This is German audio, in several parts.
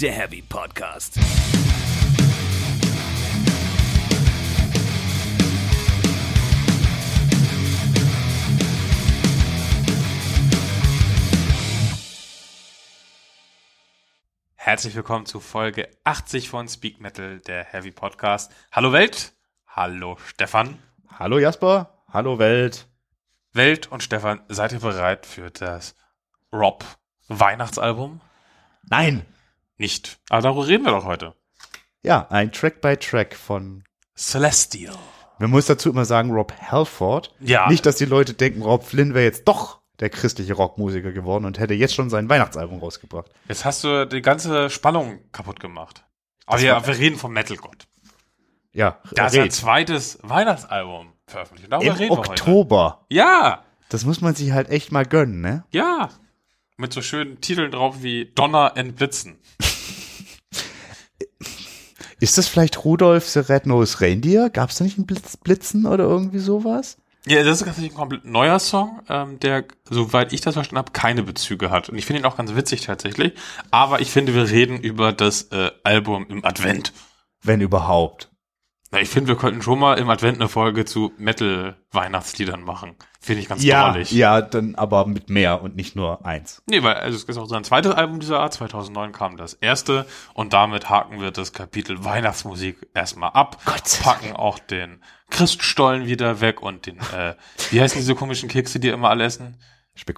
der Heavy Podcast. Herzlich willkommen zu Folge 80 von Speak Metal, der Heavy Podcast. Hallo Welt, hallo Stefan. Hallo Jasper, hallo Welt. Welt und Stefan, seid ihr bereit für das Rob Weihnachtsalbum? Nein! Nicht. Aber darüber reden wir doch heute. Ja, ein Track by Track von. Celestial. Man muss dazu immer sagen, Rob Halford. Ja. Nicht, dass die Leute denken, Rob Flynn wäre jetzt doch der christliche Rockmusiker geworden und hätte jetzt schon sein Weihnachtsalbum rausgebracht. Jetzt hast du die ganze Spannung kaputt gemacht. Aber Das ja, war- wir reden vom Metal God. Ja, Da ist ein red. zweites Weihnachtsalbum veröffentlicht. Darüber im reden wir heute. Oktober. Ja, Das muss man sich halt echt mal gönnen, ne? ja. Mit so schönen Titeln drauf wie Donner and Blitzen. Ist das vielleicht Rudolf the Red-Nosed Reindeer? Gab's da nicht ein Blitz, Blitzen oder irgendwie sowas? Ja, das ist tatsächlich ein komplett neuer Song, ähm, der, soweit ich das verstanden habe, keine Bezüge hat. Und ich finde ihn auch ganz witzig tatsächlich. Aber ich finde, wir reden über das äh, Album im Advent. Wenn überhaupt. Na, ich finde, wir könnten schon mal im Advent eine Folge zu Metal-Weihnachtsliedern machen. Finde ich ganz Ja, drollig. ja, dann aber mit mehr und nicht nur eins. Nee, weil also es ist auch sein zweites Album dieser Art. 2009 kam das erste und damit haken wir das Kapitel Weihnachtsmusik erstmal ab. Gott sei Dank. packen auch den Christstollen wieder weg und den, äh, wie heißen diese komischen Kekse, die immer alle essen?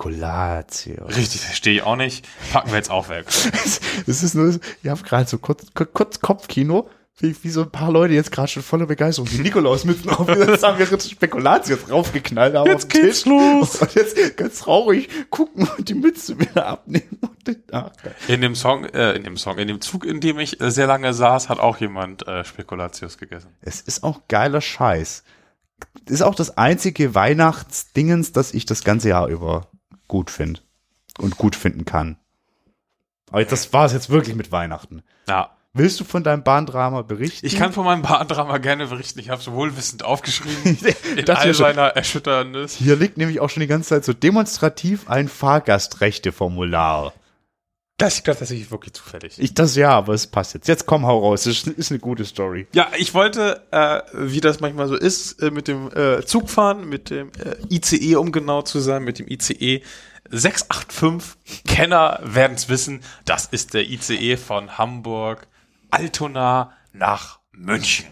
Spekulatio. Richtig, verstehe ich auch nicht. Packen wir jetzt auch weg. Es ist nur, ich habe gerade so kurz, kur- kurz Kopfkino, wie, wie so ein paar Leute jetzt gerade schon voller Begeisterung die Nikolaus mitten auf das haben wir jetzt Spekulatius raufgeknallt haben Jetzt auf den geht's Tisch. los. Und jetzt ganz traurig gucken und die Mütze wieder abnehmen und den Nachgang. In dem Song, äh, in dem Song, in dem Zug, in dem ich äh, sehr lange saß, hat auch jemand äh, Spekulatius gegessen. Es ist auch geiler Scheiß. Ist auch das einzige Weihnachtsdingens, das ich das ganze Jahr über gut finde und gut finden kann. Aber jetzt- das war es jetzt wirklich mit Weihnachten. Ja. Willst du von deinem Bahndrama berichten? Ich kann von meinem Bahndrama gerne berichten. Ich habe es wohlwissend aufgeschrieben. In Dachte all ja schon. seiner Erschütterndes. Hier liegt nämlich auch schon die ganze Zeit so demonstrativ ein Fahrgastrechte-Formular. Das liegt tatsächlich wirklich zufällig. Ich das ja, aber es passt jetzt. Jetzt komm, hau raus. Das ist eine gute Story. Ja, ich wollte, äh, wie das manchmal so ist, äh, mit dem äh, Zugfahren, mit dem äh, ICE, um genau zu sein, mit dem E ICE 685. Kenner werden es wissen, das ist der ICE von Hamburg, Altona nach München.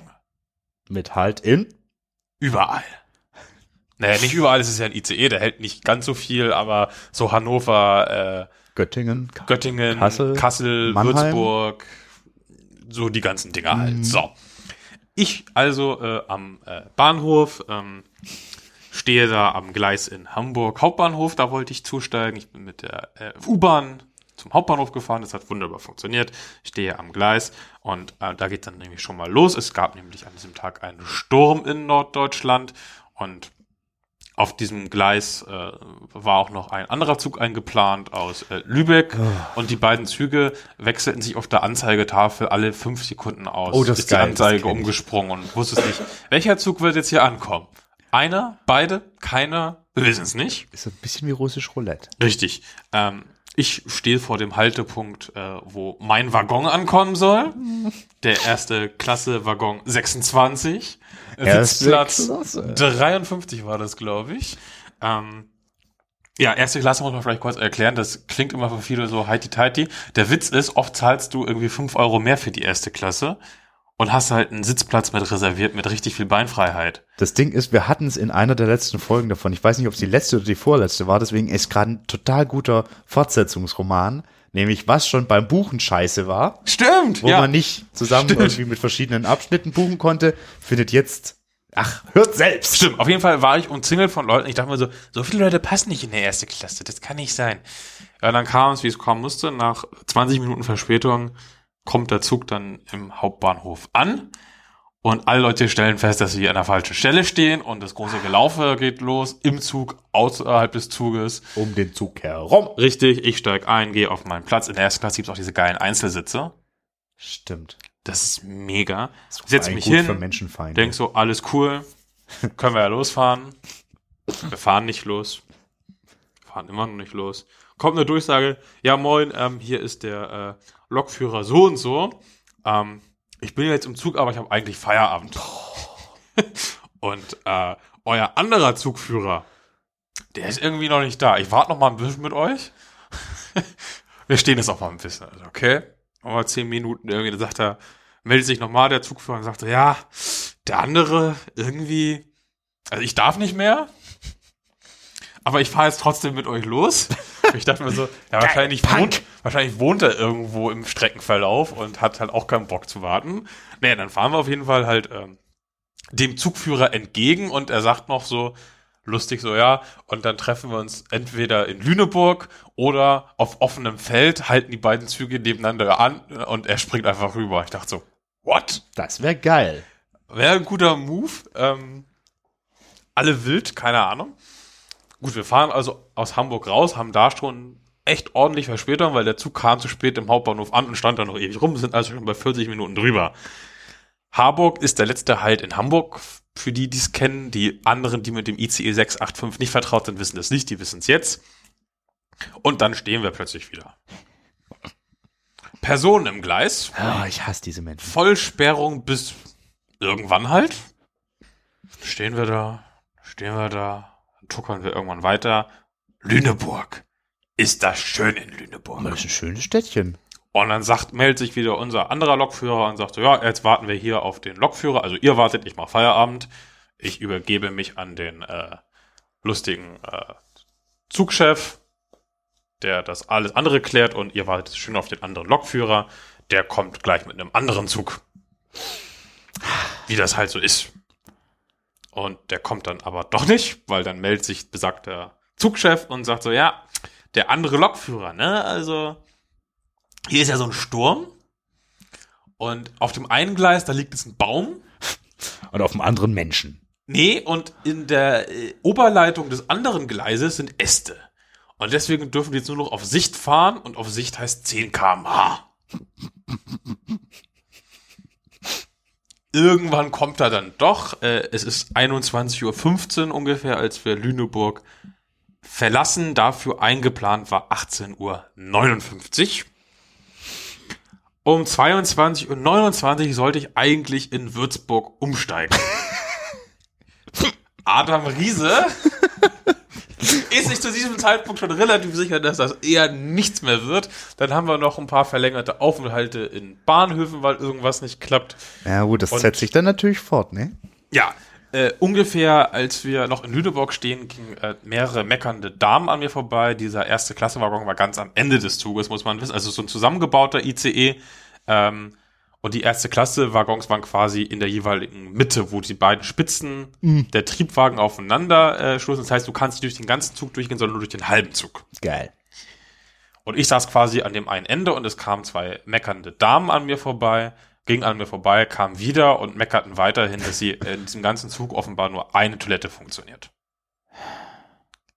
Mit Halt in. Überall. Naja, nicht überall ist es ja ein ICE, der hält nicht ganz so viel, aber so Hannover, äh, Göttingen. Göttingen, Kassel, Kassel, Mannheim. Mhm. Würzburg, so die ganzen Dinger halt. So. Ich also äh, am äh, Bahnhof, ähm, stehe da am Gleis in Hamburg Hauptbahnhof, da wollte ich zusteigen. Ich bin mit der äh, U-Bahn zum Hauptbahnhof gefahren, das hat wunderbar funktioniert. Ich stehe am Gleis und äh, da geht dann nämlich schon mal los. Es gab nämlich an diesem Tag einen Sturm in Norddeutschland und auf diesem Gleis äh, war auch noch ein anderer Zug eingeplant aus äh, Lübeck Ah. und die beiden Züge wechselten sich auf der Anzeigetafel alle fünf Sekunden aus. Oh, das ist ist geil, die das Anzeige kenn ich. umgesprungen und wusste nicht, welcher Zug wird jetzt hier ankommen. Einer, beide, keiner, wir wissen es nicht. Ist ein bisschen wie russisch Roulette. Richtig. Ähm, ich stehe vor dem Haltepunkt, äh, wo mein Waggon ankommen soll. Mhm. Der erste Klasse Waggon 26. Erste Sitzplatz Klasse. 53 war das, glaube ich. Ähm, ja, erste Klasse muss man vielleicht kurz erklären. Das klingt immer für viele so heiti-teiti. Der Witz ist, oft zahlst du irgendwie 5 Euro mehr für die erste Klasse und hast halt einen Sitzplatz mit reserviert mit richtig viel Beinfreiheit. Das Ding ist, wir hatten es in einer der letzten Folgen davon. Ich weiß nicht, ob es die letzte oder die vorletzte war. Deswegen ist gerade ein total guter Fortsetzungsroman. Nämlich, was schon beim Buchen scheiße war. Stimmt! wo man nicht zusammen irgendwie mit verschiedenen Abschnitten buchen konnte, findet jetzt. Ach, hört selbst. Stimmt, auf jeden Fall war ich umzingelt von Leuten. Ich dachte mir so, so viele Leute passen nicht in der erste Klasse, das kann nicht sein. Ja, dann kam es, wie es kommen musste. Nach 20 Minuten Verspätung kommt der Zug dann im Hauptbahnhof an. Und alle Leute stellen fest, dass sie an der falschen Stelle stehen und das große Gelaufe geht los im Zug, außerhalb des Zuges. Um den Zug herum. Richtig, ich steig ein, gehe auf meinen Platz. In der ersten Klasse gibt's auch diese geilen Einzelsitze. Stimmt. Das ist mega. Das Setz war mich gut hin. für Menschenfeinde. Denkst so, alles cool, können wir ja losfahren. Wir fahren nicht los. fahren immer noch nicht los. Kommt eine Durchsage, ja moin, ähm, hier ist der äh, Lokführer so und so. Ähm, ich bin jetzt im Zug, aber ich habe eigentlich Feierabend. und äh, euer anderer Zugführer, der ist irgendwie noch nicht da. Ich warte noch mal ein bisschen mit euch. Wir stehen jetzt auch mal ein bisschen. Also, okay. Aber zehn Minuten irgendwie, dann sagt er, meldet sich nochmal der Zugführer und sagt, ja, der andere irgendwie, also ich darf nicht mehr, aber ich fahre jetzt trotzdem mit euch los. Ich dachte mir so, ja, wahrscheinlich wohnt, wahrscheinlich wohnt er irgendwo im Streckenverlauf und hat halt auch keinen Bock zu warten. Naja, dann fahren wir auf jeden Fall halt ähm, dem Zugführer entgegen und er sagt noch so, lustig so, ja, und dann treffen wir uns entweder in Lüneburg oder auf offenem Feld, halten die beiden Züge nebeneinander an und er springt einfach rüber. Ich dachte so, what? Das wäre geil. Wäre ein guter Move. Ähm, alle wild, keine Ahnung. Gut, wir fahren also aus Hamburg raus, haben da schon echt ordentlich Verspätung, weil der Zug kam zu spät im Hauptbahnhof an und stand da noch ewig rum, sind also schon bei 40 Minuten drüber. Harburg ist der letzte Halt in Hamburg. Für die, die es kennen, die anderen, die mit dem E ICE 685 nicht vertraut sind, wissen das nicht, die wissen es jetzt. Und dann stehen wir plötzlich wieder. Personen im Gleis, Ah, ich hasse diese Menschen. Vollsperrung bis irgendwann halt. Stehen wir da, stehen wir da, tuckern wir irgendwann weiter. Lüneburg. Ist das schön in Lüneburg. Das ist ein schönes Städtchen. Und dann sagt, meldet sich wieder unser anderer Lokführer und sagt so, ja, jetzt warten wir hier auf den Lokführer. Also ihr wartet, ich mach Feierabend. Ich übergebe mich an den äh, lustigen äh, Zugchef, der das alles andere klärt und ihr wartet schön auf den anderen Lokführer. Der kommt gleich mit einem anderen Zug. Wie das halt so ist. Und der kommt dann aber doch nicht, weil dann meldet sich besagter Zugchef und sagt so, ja, der andere Lokführer, ne? Also hier ist ja so ein Sturm. Und auf dem einen Gleis, da liegt jetzt ein Baum. Und auf dem anderen Menschen. Nee, und in der äh, Oberleitung des anderen Gleises sind Äste. Und deswegen dürfen die jetzt nur noch auf Sicht fahren und auf Sicht heißt 10 km/h. Irgendwann kommt er dann doch. Äh, es ist 21.15 Uhr ungefähr, als wir Lüneburg verlassen. Dafür eingeplant war 18.59 Uhr. Um 22.29 Uhr sollte ich eigentlich in Würzburg umsteigen. Adam Riese ist sich zu diesem Zeitpunkt schon relativ sicher, dass das eher nichts mehr wird. Dann haben wir noch ein paar verlängerte Aufenthalte in Bahnhöfen, weil irgendwas nicht klappt. Ja gut, das Und- setzt sich dann natürlich fort, ne? Ja, äh, ungefähr als wir noch in Lüneburg stehen, gingen äh, mehrere meckernde Damen an mir vorbei. Dieser erste Klassewaggon war ganz am Ende des Zuges, muss man wissen. Also so ein zusammengebauter ICE. Ähm, und die erste Klasse Waggons waren quasi in der jeweiligen Mitte, wo die beiden Spitzen der Triebwagen aufeinander äh, stoßen. Das heißt, du kannst nicht durch den ganzen Zug durchgehen, sondern nur durch den halben Zug. Geil. Und ich saß quasi an dem einen Ende und es kamen zwei meckernde Damen an mir vorbei, gingen an mir vorbei, kamen wieder und meckerten weiterhin, dass sie in diesem ganzen Zug offenbar nur eine Toilette funktioniert.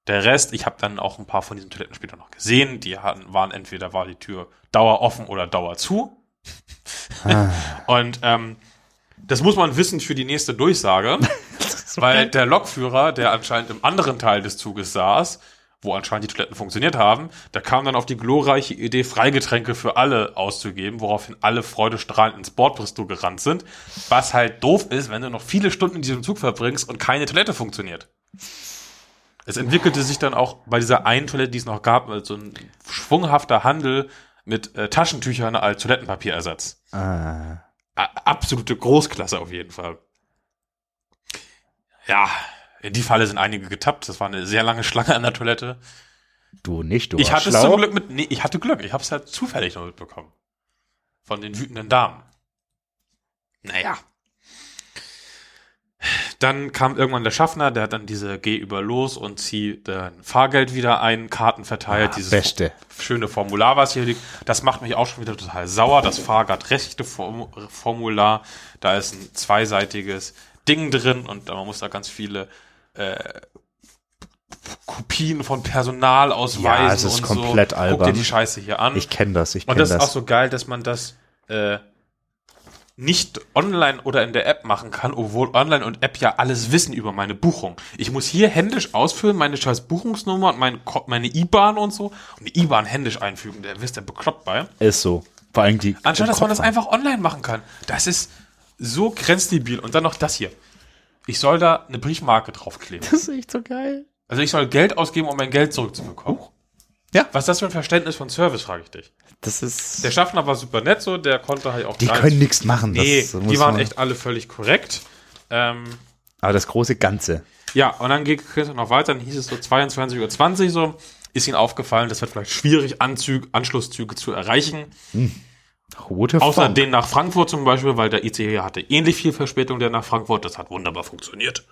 Der Rest, ich habe dann auch ein paar von diesen Toiletten später noch gesehen, die hatten, waren entweder war die Tür dauer offen oder dauer zu. und ähm, das muss man wissen für die nächste Durchsage. Weil der Lokführer, der anscheinend im anderen Teil des Zuges saß, wo anscheinend die Toiletten funktioniert haben, der kam dann auf die glorreiche Idee, Freigetränke für alle auszugeben, woraufhin alle freudestrahlend ins Bordbistro gerannt sind. Was halt doof ist, wenn du noch viele Stunden in diesem Zug verbringst und keine Toilette funktioniert. Es entwickelte sich dann auch bei dieser einen Toilette, die es noch gab, so ein schwunghafter Handel mit äh, Taschentüchern als Toilettenpapierersatz Ah. a- absolute Großklasse auf jeden Fall. Ja, in die Falle sind einige getappt. Das war eine sehr lange Schlange an der Toilette. Du nicht, du Ich warst hatte es schlau. zum Glück mit. Nee, ich hatte Glück. Ich habe es halt zufällig noch mitbekommen. Von den wütenden Damen. Naja. Dann kam irgendwann der Schaffner, der hat dann diese Geh über los und zieh dein Fahrgeld wieder ein, Karten verteilt, Ah, dieses Beste. schöne Formular, was hier liegt. Das macht mich auch schon wieder total sauer. Das Fahrgardrechte Form- Formular, da ist ein zweiseitiges Ding drin und man muss da ganz viele äh, Kopien von Personalausweisen Ja, es ist und komplett so. Guck dir albern. die Scheiße hier an. Ich kenne das, ich und kenne das, das. ist auch so geil, dass man das äh, nicht online oder in der App machen kann, obwohl online und App ja alles wissen über meine Buchung. Ich muss hier händisch ausfüllen, meine scheiß Buchungsnummer und mein, Ko- meine IBAN und so und die IBAN händisch einfügen. Der wisst der bekloppt bei. Ist so. Vor allem die. Anstatt, dass man das Kopfhörer. einfach online machen kann. Das ist so grenzdebil. Und dann noch das hier. Ich soll da eine Briefmarke draufkleben. Das ist echt so geil. Also ich soll Geld ausgeben, um mein Geld zurückzubekommen. Ja. Was ist das für ein Verständnis von Service, frage ich dich. Das ist. Der Schaffner war super nett so, der konnte halt auch die gar können nicht- nichts machen. Das Nee, muss die waren man- echt alle völlig korrekt. Ähm, Aber das große Ganze. ja, und dann ging es noch weiter, dann hieß es so 22.20 Uhr so, ist ihnen aufgefallen, das wird vielleicht schwierig, Anzüge, Anschlusszüge zu erreichen. Rote Außer Funk. den nach Frankfurt zum Beispiel, weil der ICE hatte ähnlich viel Verspätung, der nach Frankfurt, das hat wunderbar funktioniert.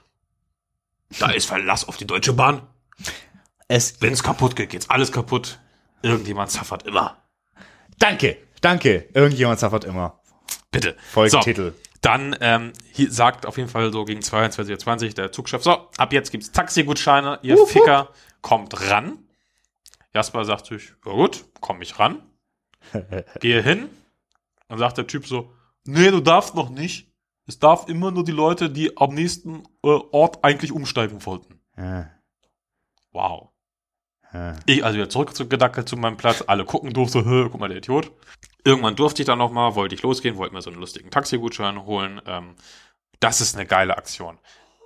Da ist Verlass auf die Deutsche Bahn. Es, Wenn es kaputt geht, geht's alles kaputt. Irgendjemand zaffert immer. danke, danke. Irgendjemand zaffert immer. Bitte. Folgentitel. So, dann ähm, hier sagt auf jeden Fall so gegen 22.20 Uhr der Zugchef, so, ab jetzt gibt's Taxigutscheine, ihr Wupp, Ficker, kommt ran. Jasper sagt sich, ja gut, komm ich ran. Gehe hin. Dann sagt der Typ so, nee, du darfst noch nicht. Es darf immer nur die Leute, die am nächsten äh, Ort eigentlich umsteigen wollten. Äh, Wow. äh. Ich also wieder zurückgedackelt zu meinem Platz, alle gucken doof, so, hä, guck mal, der Idiot. Irgendwann durfte ich dann nochmal, wollte ich losgehen, wollte mir so einen lustigen Taxigutschein holen. Ähm, das ist eine geile Aktion.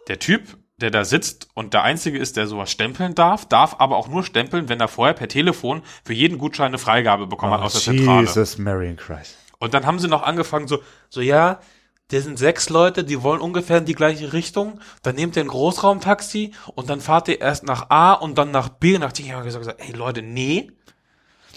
Der Typ, der da sitzt und der Einzige ist, der sowas stempeln darf, darf aber auch nur stempeln, wenn er vorher per Telefon für jeden Gutschein eine Freigabe bekommen Ah, hat aus der Zentrale. Jesus, Marion Christ. Und dann haben sie noch angefangen so, so ja, da sind sechs Leute, die wollen ungefähr in die gleiche Richtung. Dann nehmt ihr ein Großraumtaxi und dann fahrt ihr erst nach A und dann nach B. Und nachdem ich habe gesagt, ey Leute, nee,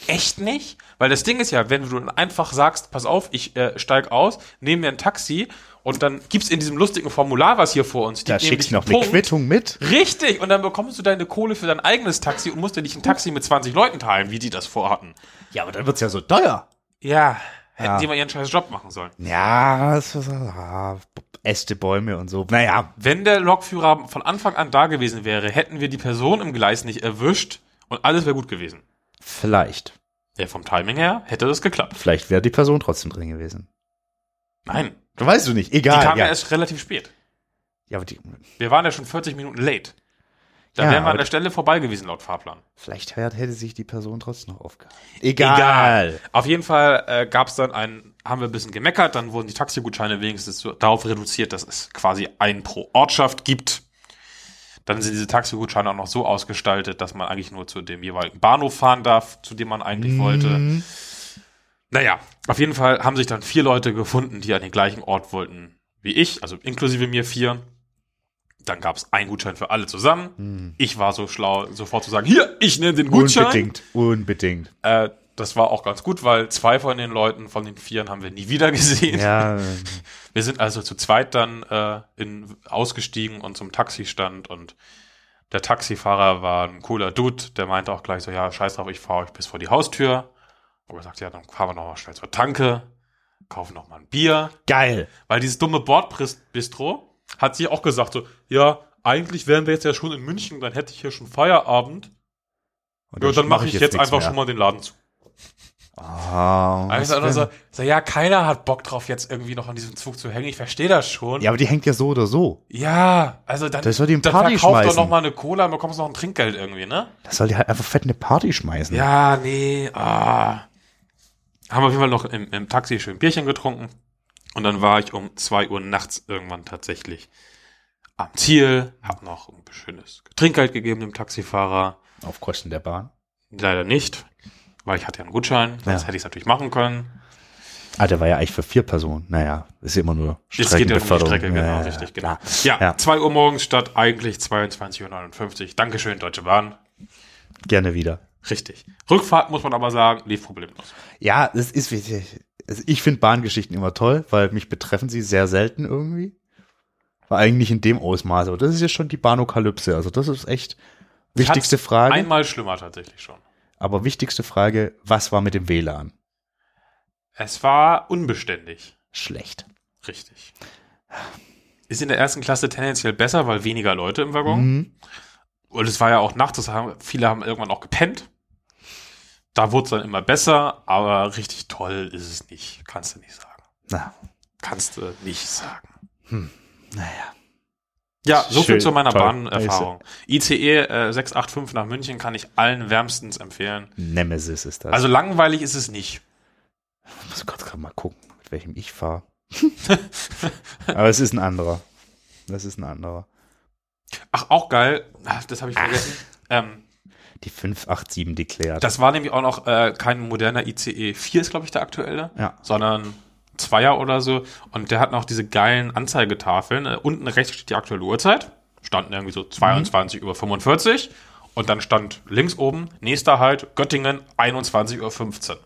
echt nicht. Weil das Ding ist ja, wenn du einfach sagst, pass auf, ich äh, steig aus, nehme mir ein Taxi und dann gibt's in diesem lustigen Formular, was hier vor uns Da liegt, schickst du noch nämlich eine einen Punkt. Quittung mit. Richtig, und dann bekommst du deine Kohle für dein eigenes Taxi und musst dir nicht ein Taxi mit 20 Leuten teilen, wie die das vorhatten. Ja, aber dann wird's ja so teuer. Ja, hätten Ja. die mal ihren scheiß Job machen sollen. Ja, es ist, ah, Äste, Bäume und so. Naja, Wenn der Lokführer von Anfang an da gewesen wäre, hätten wir die Person im Gleis nicht erwischt und alles wäre gut gewesen. vielleicht. Ja, vom Timing her hätte das geklappt. Vielleicht wäre die Person trotzdem drin gewesen. Nein, Du weißt du nicht. die Egal. kam ja. Ah, ja. erst relativ spät. ja, aber die, Wir waren ja schon 40 Minuten late. Da wären Ja, wir an aber- der Stelle vorbei gewesen laut Fahrplan. vielleicht hat- hätte sich die Person trotzdem noch aufgehalten. Auf jeden Fall äh, gab es dann einen, haben wir ein bisschen gemeckert, dann wurden die Taxigutscheine wenigstens so, darauf reduziert, dass es quasi einen pro Ortschaft gibt. Dann sind diese Taxigutscheine auch noch so ausgestaltet, dass man eigentlich nur zu dem jeweiligen Bahnhof fahren darf, zu dem man eigentlich wollte. Mhm. Naja, auf jeden Fall haben sich dann vier Leute gefunden, die an den gleichen Ort wollten wie ich, also inklusive mir vier. Dann gab es einen Gutschein für alle zusammen. Ich war so schlau, sofort zu sagen, hier, ich nehme den Gutschein. Unbedingt, unbedingt. Äh, das war auch ganz gut, weil zwei von den Leuten, von den Vieren, haben wir nie wieder gesehen. Ja, äh, Wir sind also zu zweit dann äh, in, ausgestiegen und zum Taxistand und der Taxifahrer war ein cooler Dude, der meinte auch gleich so, ja, scheiß drauf, ich fahre euch bis vor die Haustür. Und gesagt, ja, dann fahren wir nochmal schnell zur Tanke, kaufen nochmal ein Bier. geil. Weil dieses dumme Bordbistro hat sie auch gesagt so, ja, eigentlich wären wir jetzt ja schon in München, dann hätte ich hier schon Feierabend. Und Ja, dann mache ich, jetzt nichts einfach mehr. schon mal den Laden zu. Ah, was Also, also, denn? so, so, ja, keiner hat Bock drauf, jetzt irgendwie noch an diesem Zug zu hängen, ich verstehe das schon. ja, aber die hängt ja so oder so. Ja, also dann, Das soll die in dann Party verkauf doch schmeißen. noch mal eine Cola und bekommst noch ein Trinkgeld irgendwie, ne? Das soll die halt einfach fett eine Party schmeißen. Ja, nee, ah. Haben wir auf jeden Fall noch im, im Taxi schön Bierchen getrunken. Und dann war ich um 2 Uhr nachts irgendwann tatsächlich am Ziel, hab noch ein schönes Trinkgeld gegeben dem Taxifahrer. Auf Kosten der Bahn. Leider nicht, weil ich hatte ja einen Gutschein, sonst Ja. hätte ich es natürlich machen können. Ah, der war ja eigentlich für vier Personen. Naja, ist ja immer nur Jetzt geht ja um die Streckenbeförderung. Strecke, genau, Ja, ja, richtig, genau. klar. Ja, Ja. 2 Uhr morgens statt eigentlich 22.59 Uhr. Dankeschön, Deutsche Bahn. Gerne wieder. Richtig. Rückfahrt muss man aber sagen, lief problemlos. Ja, das ist wichtig. Also ich finde Bahngeschichten immer toll, weil mich betreffen sie sehr selten irgendwie. War eigentlich in dem Ausmaß, aber das ist ja schon die Bahnokalypse. Also das ist echt wichtigste Hat's Frage. Einmal schlimmer tatsächlich schon. aber wichtigste Frage, was war mit dem WLAN? Es war unbeständig. Schlecht. Richtig. Ist in der ersten Klasse tendenziell besser, weil weniger Leute im Waggon. Mhm. Und es war ja auch nachts, das haben, viele haben irgendwann auch gepennt. Da wurde es dann immer besser, aber richtig toll ist es nicht. Kannst du nicht sagen. Na, Kannst du nicht sagen. Naja. Ja, so viel Schön, zu meiner toll, Bahnerfahrung. ICE äh, 685 nach München kann ich allen wärmstens empfehlen. Nemesis ist das. Also langweilig ist es nicht. ich muss Gott gerade mal gucken, mit welchem ich fahre. Aber es ist ein anderer. Das ist ein anderer. Ach, auch geil. Ah, Das habe ich vergessen. Ähm, Die 587 Declared. das war nämlich auch noch äh, kein moderner ICE. 4 ist, glaube ich, der aktuelle. Ja. Sondern Zweier oder so. Und der hat noch diese geilen Anzeigetafeln. Äh, unten rechts steht die aktuelle Uhrzeit. Standen irgendwie so 22 über 45. Und dann stand links oben, nächster Halt, Göttingen, 21 Uhr 15.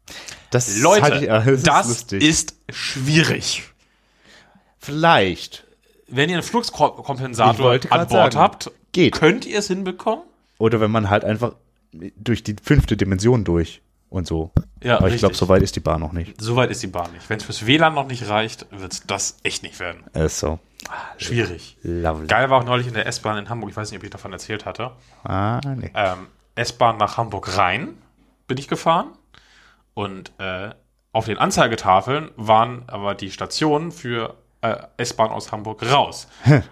das ist Leute, halt- ja, das, ist, lustig. schwierig. vielleicht. Wenn ihr einen Ich Fluxkompensator wollte grad an Bord sagen, habt, geht. könnt ihr es hinbekommen? Oder wenn man halt einfach durch die fünfte Dimension durch und so. Ja, Aber ich glaube, richtig. so weit ist die Bahn noch nicht. Soweit ist die Bahn nicht. Wenn es fürs WLAN noch nicht reicht, wird es das echt nicht werden. Äh, so. Schwierig. Lovely. Geil war auch neulich in der S-Bahn in Hamburg, ich weiß nicht, ob ich davon erzählt hatte. Ah, nee. Ähm, S-Bahn nach Hamburg rein bin ich gefahren und äh, auf den Anzeigetafeln waren aber die Stationen für äh, S-Bahn aus Hamburg raus.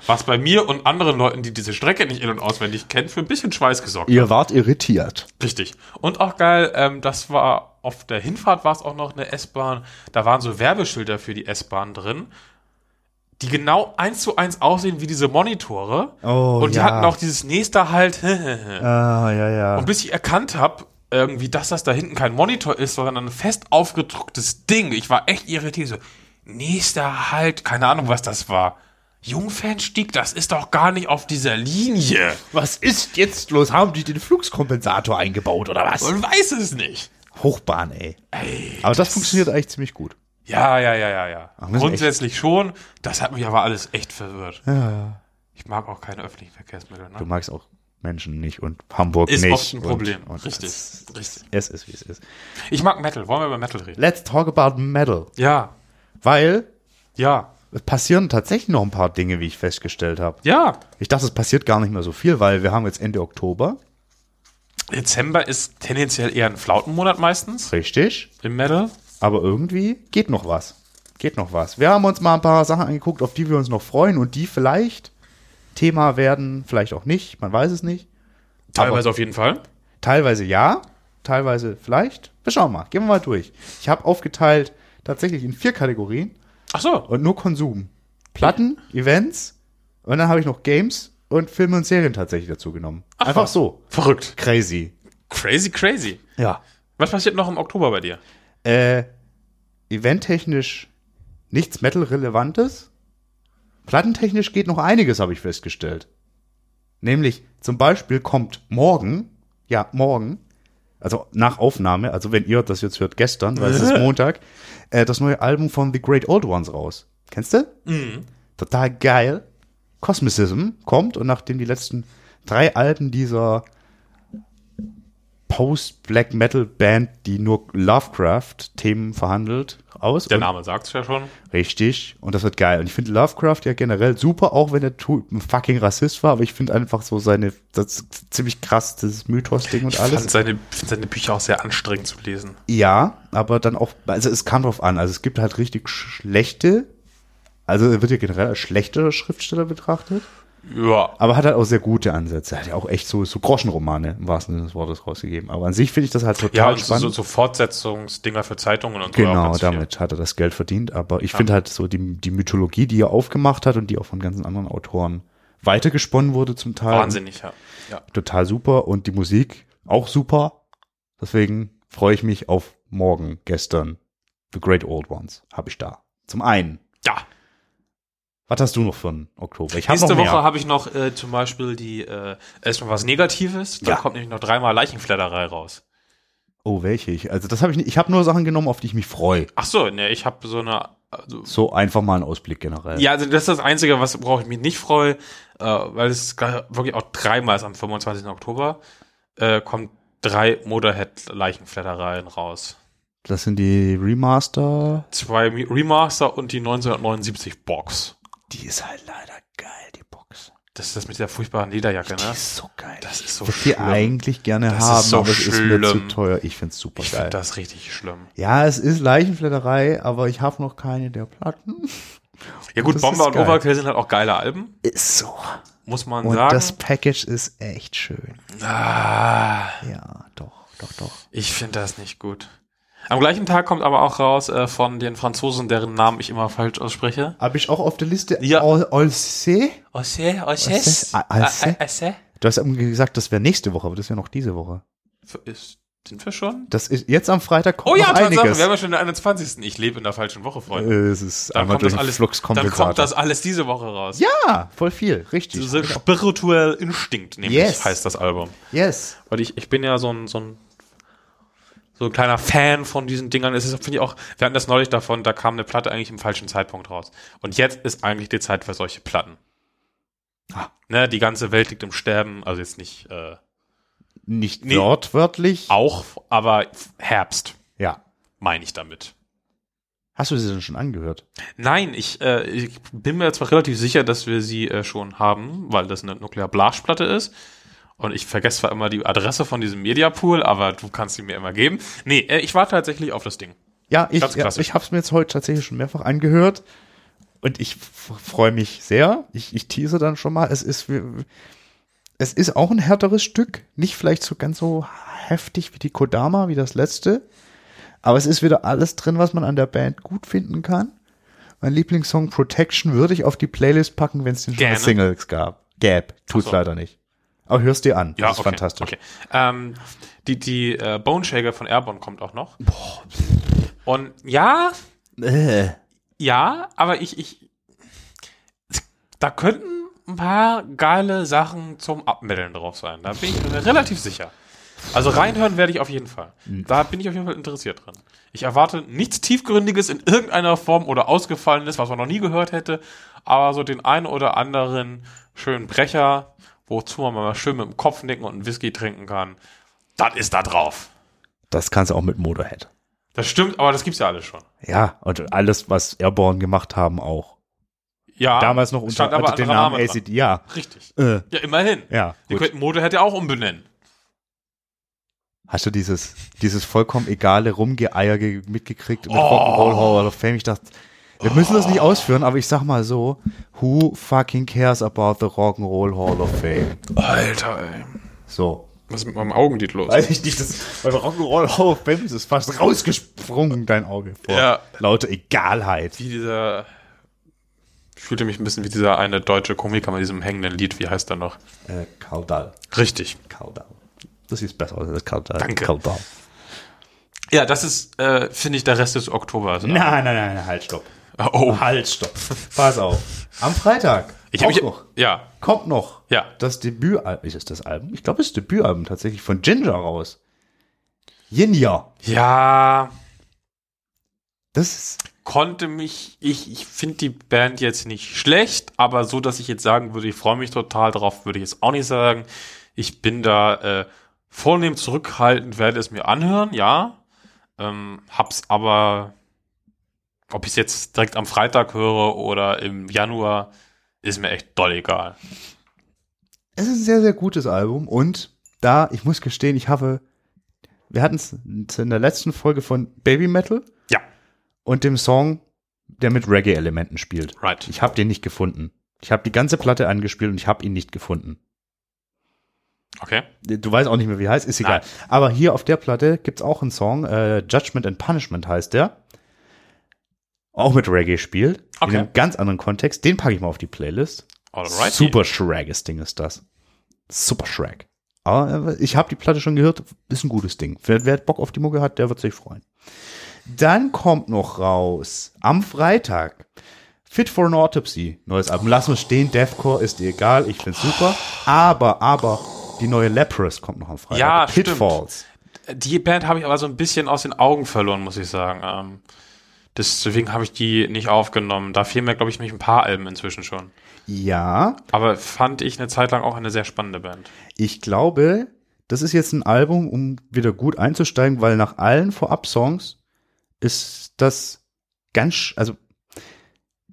Was bei mir und anderen Leuten, die diese Strecke nicht in- und auswendig kennen, für ein bisschen Schweiß gesorgt Ihr wart irritiert. Richtig. Und auch geil, ähm, das war auf der Hinfahrt war es auch noch eine S-Bahn. Da waren so Werbeschilder für die S-Bahn drin, die genau eins zu eins aussehen wie diese Monitore. Oh, und die ja. hatten auch dieses nächste halt. Ah, ja, ja. und bis ich erkannt habe, irgendwie, dass das da hinten kein Monitor ist, sondern ein fest aufgedrucktes Ding. Ich war echt irritiert. So, nächster Halt, keine Ahnung, was das war. Jungfernstieg, das ist doch gar nicht auf dieser Linie. Was ist jetzt los? Haben die den Flugskompensator eingebaut oder was? Man weiß es nicht. Hochbahn, ey. Ey, Aber das funktioniert eigentlich ziemlich gut. Ja, ja, ja, ja, ja. wir sind Grundsätzlich schon. Das hat mich aber alles echt verwirrt. Ich mag auch keine öffentlichen Verkehrsmittel. Du Ne? magst auch Menschen nicht und Hamburg Ist nicht. oft ein Problem. Und, und Richtig, Es, richtig. es ist, wie es ist. Ich mag Metal. Wollen wir über Metal reden? Let's talk about metal. Ja, Weil ja, es passieren tatsächlich noch ein paar Dinge, wie ich festgestellt habe. ja. Ich dachte, es passiert gar nicht mehr so viel, weil wir haben jetzt Ende Oktober. Dezember ist tendenziell eher ein Flautenmonat meistens Richtig. im Metal. Aber irgendwie geht noch was. Geht noch was. Wir haben uns mal ein paar Sachen angeguckt, auf die wir uns noch freuen und die vielleicht Thema werden, vielleicht auch nicht, man weiß es nicht. Teilweise auf jeden Fall. Teilweise ja, teilweise vielleicht. Wir schauen mal, gehen wir mal durch. Ich habe aufgeteilt tatsächlich in vier Kategorien Ach so. und nur Konsum. Platten, Events und dann habe ich noch Games und Filme und Serien tatsächlich dazu genommen. Einfach so. Verrückt. Crazy. Crazy, crazy. Ja. Was passiert noch im Oktober bei dir? äh, eventtechnisch nichts Metal-Relevantes. Plattentechnisch geht noch einiges, habe ich festgestellt. Nämlich zum Beispiel kommt morgen, ja, morgen, also nach Aufnahme, also wenn ihr das jetzt hört, gestern, weil es ist Montag, äh, das neue Album von The Great Old Ones raus. Kennst du? Total geil. Cosmicism kommt und nachdem die letzten drei Alben dieser Post-Black Metal Band, die nur Lovecraft-Themen verhandelt, aus. Der und- Name sagt's ja schon. Richtig. Und das wird geil. Und ich finde Lovecraft ja generell super, auch wenn der Typ ein fucking Rassist war, aber ich finde einfach so seine, das ist ziemlich krass, dieses Mythos-Ding und Ich alles. fand seine, find seine Bücher auch sehr anstrengend zu lesen. Ja, aber dann auch, also es kam drauf an. Also es gibt halt richtig schlechte, also er wird ja generell als schlechter Schriftsteller betrachtet, Ja. aber hat halt auch sehr gute Ansätze. Er hat ja auch echt so, so Groschenromane im wahrsten Sinne des Wortes rausgegeben. Aber an sich finde ich das halt Ja, total und so, spannend. so so Fortsetzungsdinger für Zeitungen und so. auch Genau, ganz viel. damit hat er das Geld verdient. Aber ich finde halt so die, die Mythologie, die er aufgemacht hat und die auch von ganzen anderen Autoren weitergesponnen wurde zum Teil. Wahnsinnig, ja. ja. Total super. Und die Musik auch super. Deswegen freue ich mich auf morgen, gestern. The Great Old Ones habe ich da. Zum einen. Ja. Was hast du noch von Oktober? Ich habe noch Nächste mehr. Woche habe ich noch äh, zum Beispiel die äh, erstmal was Negatives. Da Ja. kommt nämlich noch dreimal Leichenfledderei raus. oh, welche ich? Also das habe ich nicht. Ich habe nur Sachen genommen, auf die ich mich freue. Ach so, ne, ich habe so eine. Also, So einfach mal einen Ausblick generell. ja, also das ist das Einzige, was worauf ich mich nicht freue, äh, weil es gar- wirklich auch dreimal ist am 25. Oktober äh, kommt drei Motorhead Leichenfleddereien raus. Das sind die Remaster. Zwei Mi- Remaster und die 1979 Box. Die ist halt leider geil, die Box. Das ist das mit der furchtbaren Lederjacke, Die ne? ist so geil. Das ist so ich würde die schlimm. eigentlich gerne Das ist haben, so aber es ist mir zu schlimm. teuer. Ich finde es super Ich geil. finde das richtig schlimm. Ja, es ist Leichenflatterei, aber ich habe noch keine der Platten. Ja gut, Das Bomber ist und geil. Overkill sind halt auch geile Alben, Ist so. muss man Und sagen. das Package ist echt schön. ah, Ja, doch, doch, doch. ich finde das nicht gut. Am gleichen Tag kommt aber auch raus äh, von den Franzosen, deren Namen ich immer falsch ausspreche. Habe ich auch auf der Liste. Ja. All, all see? Ossé, Ossé, A- Alsé? Du hast eben gesagt, das wäre nächste Woche, aber das wäre noch diese Woche. Ist, sind wir schon? Das ist jetzt am Freitag kommt Oh ja, noch Tatsache, einiges. wir haben ja schon den 21. Ich lebe in der falschen Woche, Freunde. Äh, es ist Dann einmal kommt, das durch den alles, dann Fluxkompensator. kommt das alles diese Woche raus. ja, voll viel, richtig. Diese Spiritual Instinct, nämlich Yes. heißt das Album. yes. Weil ich, ich bin ja so ein, so ein, so ein kleiner Fan von diesen Dingern. Es ist, finde ich auch, wir hatten das neulich davon, da kam eine Platte eigentlich im falschen Zeitpunkt raus. Und jetzt ist eigentlich die Zeit für solche Platten. Ah. Ne, die ganze Welt liegt im Sterben, also jetzt nicht äh, Nicht Nee. wortwörtlich. auch, aber Herbst Ja. meine ich damit. Hast du sie denn schon angehört? Nein, ich, äh, ich bin mir zwar relativ sicher, dass wir sie äh, schon haben, weil das eine Nuklearblasplatte ist. Und ich vergesse zwar immer die Adresse von diesem Mediapool, aber du kannst sie mir immer geben. Nee, äh, ich war tatsächlich auf das Ding. Ja, ich, Ganz ja, klassisch. ich habe es mir jetzt heute tatsächlich schon mehrfach angehört und ich freue mich sehr. Ich, ich tease dann schon mal. Es ist, wie- es ist auch ein härteres Stück, nicht vielleicht so ganz so heftig wie die Kodama, wie das letzte, aber es ist wieder alles drin, was man an der Band gut finden kann. Mein Lieblingssong Protection würde ich auf die Playlist packen, wenn es den schon Gerne. als Singles gab. Gap, tut's Ach so. leider nicht. Aber hörst dir an, das ist okay, fantastisch. Okay. Ähm, die die äh, Bone Shaker von Airborne kommt auch noch. Und ja, Äh. ja, aber ich, ich, da könnten ein paar geile Sachen zum Abmitteln drauf sein. Da bin ich mir relativ sicher. Also reinhören werde ich auf jeden Fall. Hm. Da bin ich auf jeden Fall interessiert dran. Ich erwarte nichts Tiefgründiges in irgendeiner Form oder Ausgefallenes, was man noch nie gehört hätte, aber so den einen oder anderen schönen Brecher, wozu man mal schön mit dem Kopf nicken und einen Whisky trinken kann, das ist da drauf. Das kannst du auch mit Motorhead. Das stimmt, aber das gibt's ja alles schon. Ja, und alles, was Airborne gemacht haben, auch. Ja, Damals noch es unter stand aber hatte den anderer Namen Name dran. ACD. Ja, Richtig. äh, Ja, immerhin. ja. Wir Gut. könnten Mode hätte ja auch umbenennen. Hast du dieses, dieses vollkommen egale Rumgeeier ge- mitgekriegt mit Oh. Rock'n'Roll Hall of Fame? Ich dachte, wir müssen das nicht ausführen, aber ich sag mal so, who fucking cares about the Rock'n'Roll Hall of Fame? Alter, ey. So. Was ist mit meinem Augenlid los? Weiß ich nicht, das, bei Rock'n'Roll Hall of Fame ist es fast rausgesprungen, dein Auge. Vor Ja. Lauter Egalheit. Wie dieser. Ich fühlte mich ein bisschen wie dieser eine deutsche Komiker mit diesem hängenden Lied. Wie heißt er noch? Äh, Kaudal. Richtig. Kaudal. Das ist besser als Kaudal. Danke. Kaudal. Ja, das ist, äh, finde ich, der Rest des Oktobers. Nein, nein, nein, halt, stopp. Oh. Halt, stopp. Pass auf. Am Freitag. Ich habe auch mich. noch. Ja. Kommt noch. Ja. Das Debütalbum. Ist es das Album? Ich glaube, es ist das Debütalbum tatsächlich von Ginger raus. Jinja. Ja. Das ist. Konnte mich. Ich, ich finde die Band jetzt nicht schlecht, aber so, dass ich jetzt sagen würde, ich freue mich total drauf, würde ich jetzt auch nicht sagen. Ich bin da äh, vornehm zurückhaltend, werde es mir anhören, ja. Ähm, hab's aber, ob ich es jetzt direkt am Freitag höre oder im Januar, ist mir echt doll egal. Es ist ein sehr, sehr gutes Album und da, ich muss gestehen, ich habe. Wir hatten es in der letzten Folge von Baby Metal Ja, und dem Song, der mit Reggae-Elementen spielt. right. Ich habe den nicht gefunden. Ich habe die ganze Platte angespielt und ich habe ihn nicht gefunden. Okay. Du weißt auch nicht mehr, wie er heißt, ist egal. Aber hier auf der Platte gibt's auch einen Song, äh, Judgment and Punishment heißt der. Auch mit Reggae spielt. Okay. In einem ganz anderen Kontext. Den packe ich mal auf die Playlist. Alright. Super schräges Ding ist das. Super schräg. Aber äh, ich habe die Platte schon gehört, ist ein gutes Ding. Wer, wer Bock auf die Mucke hat, der wird sich freuen. Dann kommt noch raus, am Freitag, Fit for an Autopsy, neues Album. Lass uns stehen, Deathcore ist dir egal, ich find's super. Aber, aber, die neue Leprous kommt noch am Freitag. Ja, stimmt. Pitfalls. Die Band habe ich aber so ein bisschen aus den Augen verloren, muss ich sagen. Ähm, deswegen habe ich die nicht aufgenommen. Da fehlen mir, glaube ich, mich ein paar Alben inzwischen schon. Ja, Aber fand ich eine Zeit lang auch eine sehr spannende Band. ich glaube, das ist jetzt ein Album, um wieder gut einzusteigen, weil nach allen Vorab-Songs ist das ganz, sch- also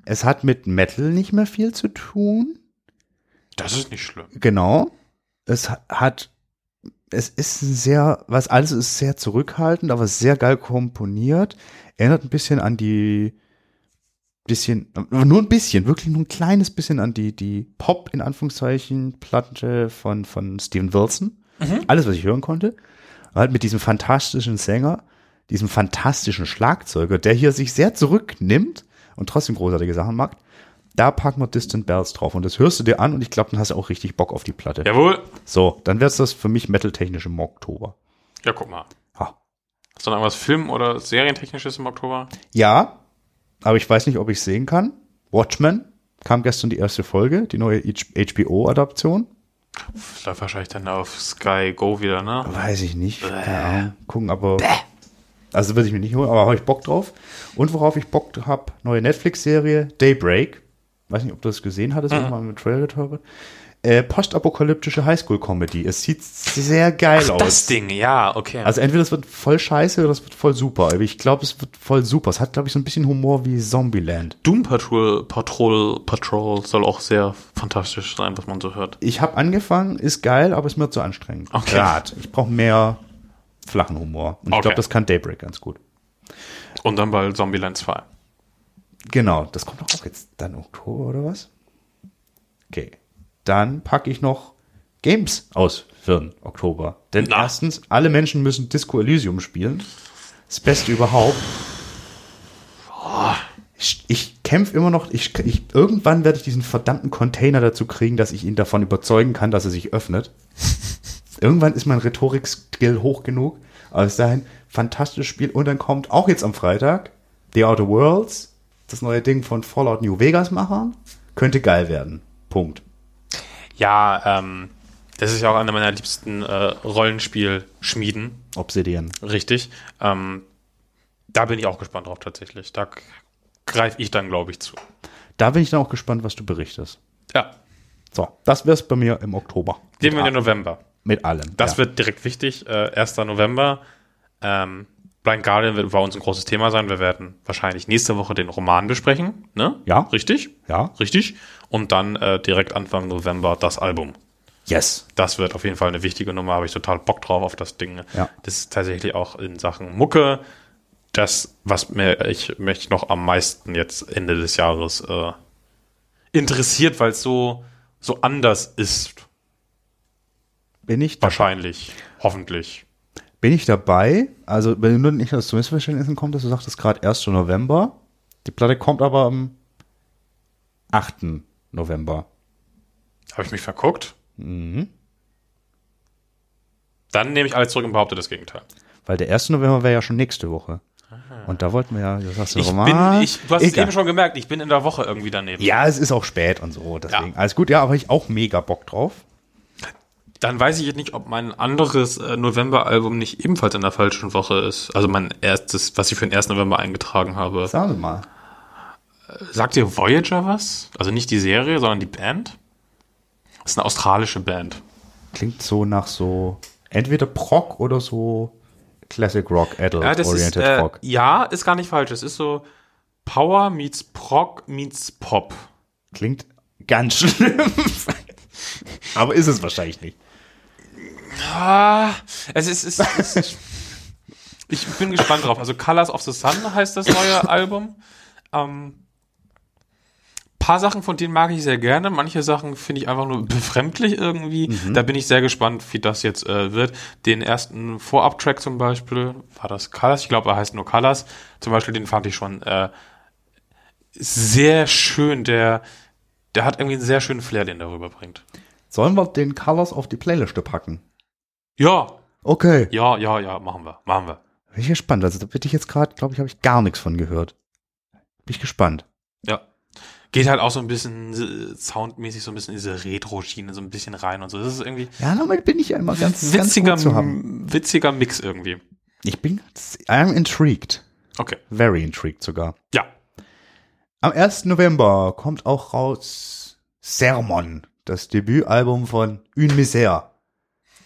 es hat mit Metal nicht mehr viel zu tun, Das ist nicht schlimm. Genau. Es ha- hat, es ist ein sehr, was alles ist sehr zurückhaltend, aber sehr geil komponiert. Erinnert ein bisschen an die, bisschen, nur ein bisschen, wirklich nur ein kleines bisschen an die, die Pop in Anführungszeichen Platte von, von Steven Wilson. Alles, was ich hören konnte. Halt mit diesem fantastischen Sänger, diesem fantastischen Schlagzeuger, der hier sich sehr zurücknimmt und trotzdem großartige Sachen macht. Da packen wir Distant Bells drauf und das hörst du dir an und ich glaube, dann hast du auch richtig Bock auf die Platte. Jawohl. So, dann wär's das für mich metaltechnisch im Oktober. Ja, guck mal. Ha. Hast du noch irgendwas Film- oder Serientechnisches im Oktober? Ja, aber ich weiß nicht, ob ich sehen kann. Watchmen kam gestern die erste Folge, die neue HBO-Adaption. Das läuft wahrscheinlich dann auf Sky Go wieder, ne? Weiß ich nicht. Keine Ahnung. Gucken, aber. Also würde ich mir nicht holen, aber habe ich Bock drauf. Und worauf ich Bock habe, neue Netflix-Serie, Daybreak. Weiß nicht, ob du das gesehen hattest, mhm. mal mit Trailer teure. Äh, postapokalyptische Highschool-Comedy. Es sieht sehr geil aus. Das Ding, ja, okay. Also entweder es wird voll scheiße oder es wird voll super. Aber ich glaube, es wird voll super. Es hat, glaube ich, so ein bisschen Humor wie Zombieland. Doom Patrol, Patrol, Patrol soll auch sehr fantastisch sein, was man so hört. Ich habe angefangen, ist geil, aber es wird zu anstrengend. Okay. Grad. Ich brauche mehr flachen Humor. Und ich Okay. glaube, das kann Daybreak ganz gut. Und dann bald Zombieland 2. Genau, das kommt doch auch jetzt dann Oktober oder was? Okay. Dann packe ich noch Games aus für den Oktober. Denn Na. erstens, alle Menschen müssen Disco Elysium spielen. Das Beste überhaupt. Ich, ich kämpfe immer noch. Ich, ich, irgendwann werde ich diesen verdammten Container dazu kriegen, dass ich ihn davon überzeugen kann, dass er sich öffnet. Irgendwann ist mein Rhetorik-Skill hoch genug. Aber bis dahin, fantastisches Spiel. Und dann kommt auch jetzt am Freitag The Outer Worlds, das neue Ding von Fallout New Vegas machern. Könnte geil werden. Punkt. Ja, ähm, das ist ja auch einer meiner liebsten äh, Rollenspiel-Schmieden. Obsidian. Richtig. Ähm, da bin ich auch gespannt drauf tatsächlich. Da greife ich dann, glaube ich, zu. Da bin ich dann auch gespannt, was du berichtest. Ja, So, das wär's bei mir im Oktober. gehen wir in mit, den November. mit allem. Das ja. wird direkt wichtig. Äh, 1. November. Ähm, Blind Guardian wird bei uns ein großes Thema sein. Wir werden wahrscheinlich nächste Woche den Roman besprechen. Ne? Ja. Richtig? Ja. Richtig. Und dann äh, direkt Anfang November das Album. Yes. Das wird auf jeden Fall eine wichtige Nummer. Habe ich total Bock drauf auf das Ding. Ja. Das ist tatsächlich auch in Sachen Mucke. Das, was mir, ich mich noch am meisten jetzt Ende des Jahres äh, interessiert, weil es so, so anders ist. Bin ich dabei. Wahrscheinlich. Hoffentlich. Bin ich dabei? Also, wenn nur nicht dass es zu Missverständnissen kommt, dass du sagtest gerade 1. November. Die Platte kommt aber am 8. November. Habe ich mich verguckt? Mhm. Dann nehme ich alles zurück und behaupte das Gegenteil. Weil der 1. November wäre ja schon nächste Woche. Und da wollten wir ja, das hast du Ich Roman. bin, ich, du hast es Egal. eben schon gemerkt, ich bin in der Woche irgendwie daneben. Ja, es ist auch spät und so, deswegen. Ja. Alles gut, ja, aber ich auch mega Bock drauf. Dann weiß ich jetzt nicht, ob mein anderes äh, November-Album nicht ebenfalls in der falschen Woche ist. Also mein erstes, was ich für den 1. November eingetragen habe. Sagen Sie mal. Sagt dir Voyager was? Also nicht die Serie, sondern die Band? Das ist eine australische Band. Klingt so nach so entweder Proc oder so Classic Rock, Adult Ja, das ist, Oriented äh, Rock. ja, ist gar nicht falsch. Es ist so Power meets Prog meets Pop. Klingt ganz schlimm. aber ist es wahrscheinlich nicht. Ah, es ist. Es ist ich bin gespannt drauf. Also Colors of the Sun heißt das neue Album. Ähm, paar Sachen von denen mag ich sehr gerne. Manche Sachen finde ich einfach nur befremdlich irgendwie. Da bin ich sehr gespannt, wie das jetzt äh, wird. Den ersten Vorab-Track zum Beispiel, war das Colors? Ich glaube, er heißt nur Colors. Zum Beispiel, den fand ich schon äh, sehr schön. Der, der hat irgendwie einen sehr schönen Flair, den der rüberbringt. Sollen wir den Colors auf die Playliste packen? Ja, Okay. ja, ja, ja, machen wir, machen wir. Bin ich gespannt. Also da bin ich jetzt gerade, glaube ich, habe ich gar nichts von gehört. Bin ich gespannt. Ja. Geht halt auch so ein bisschen äh, soundmäßig so ein bisschen in diese Retro-Schiene so ein bisschen rein und so. Das ist irgendwie Ja, damit bin ich ja immer ganz, ganz witziger, gut zu haben. witziger Mix irgendwie. Ich bin, I'm intrigued. Okay. Very intrigued sogar. Ja. Am 1. November kommt auch raus Sermon, das Debütalbum von Une Misère.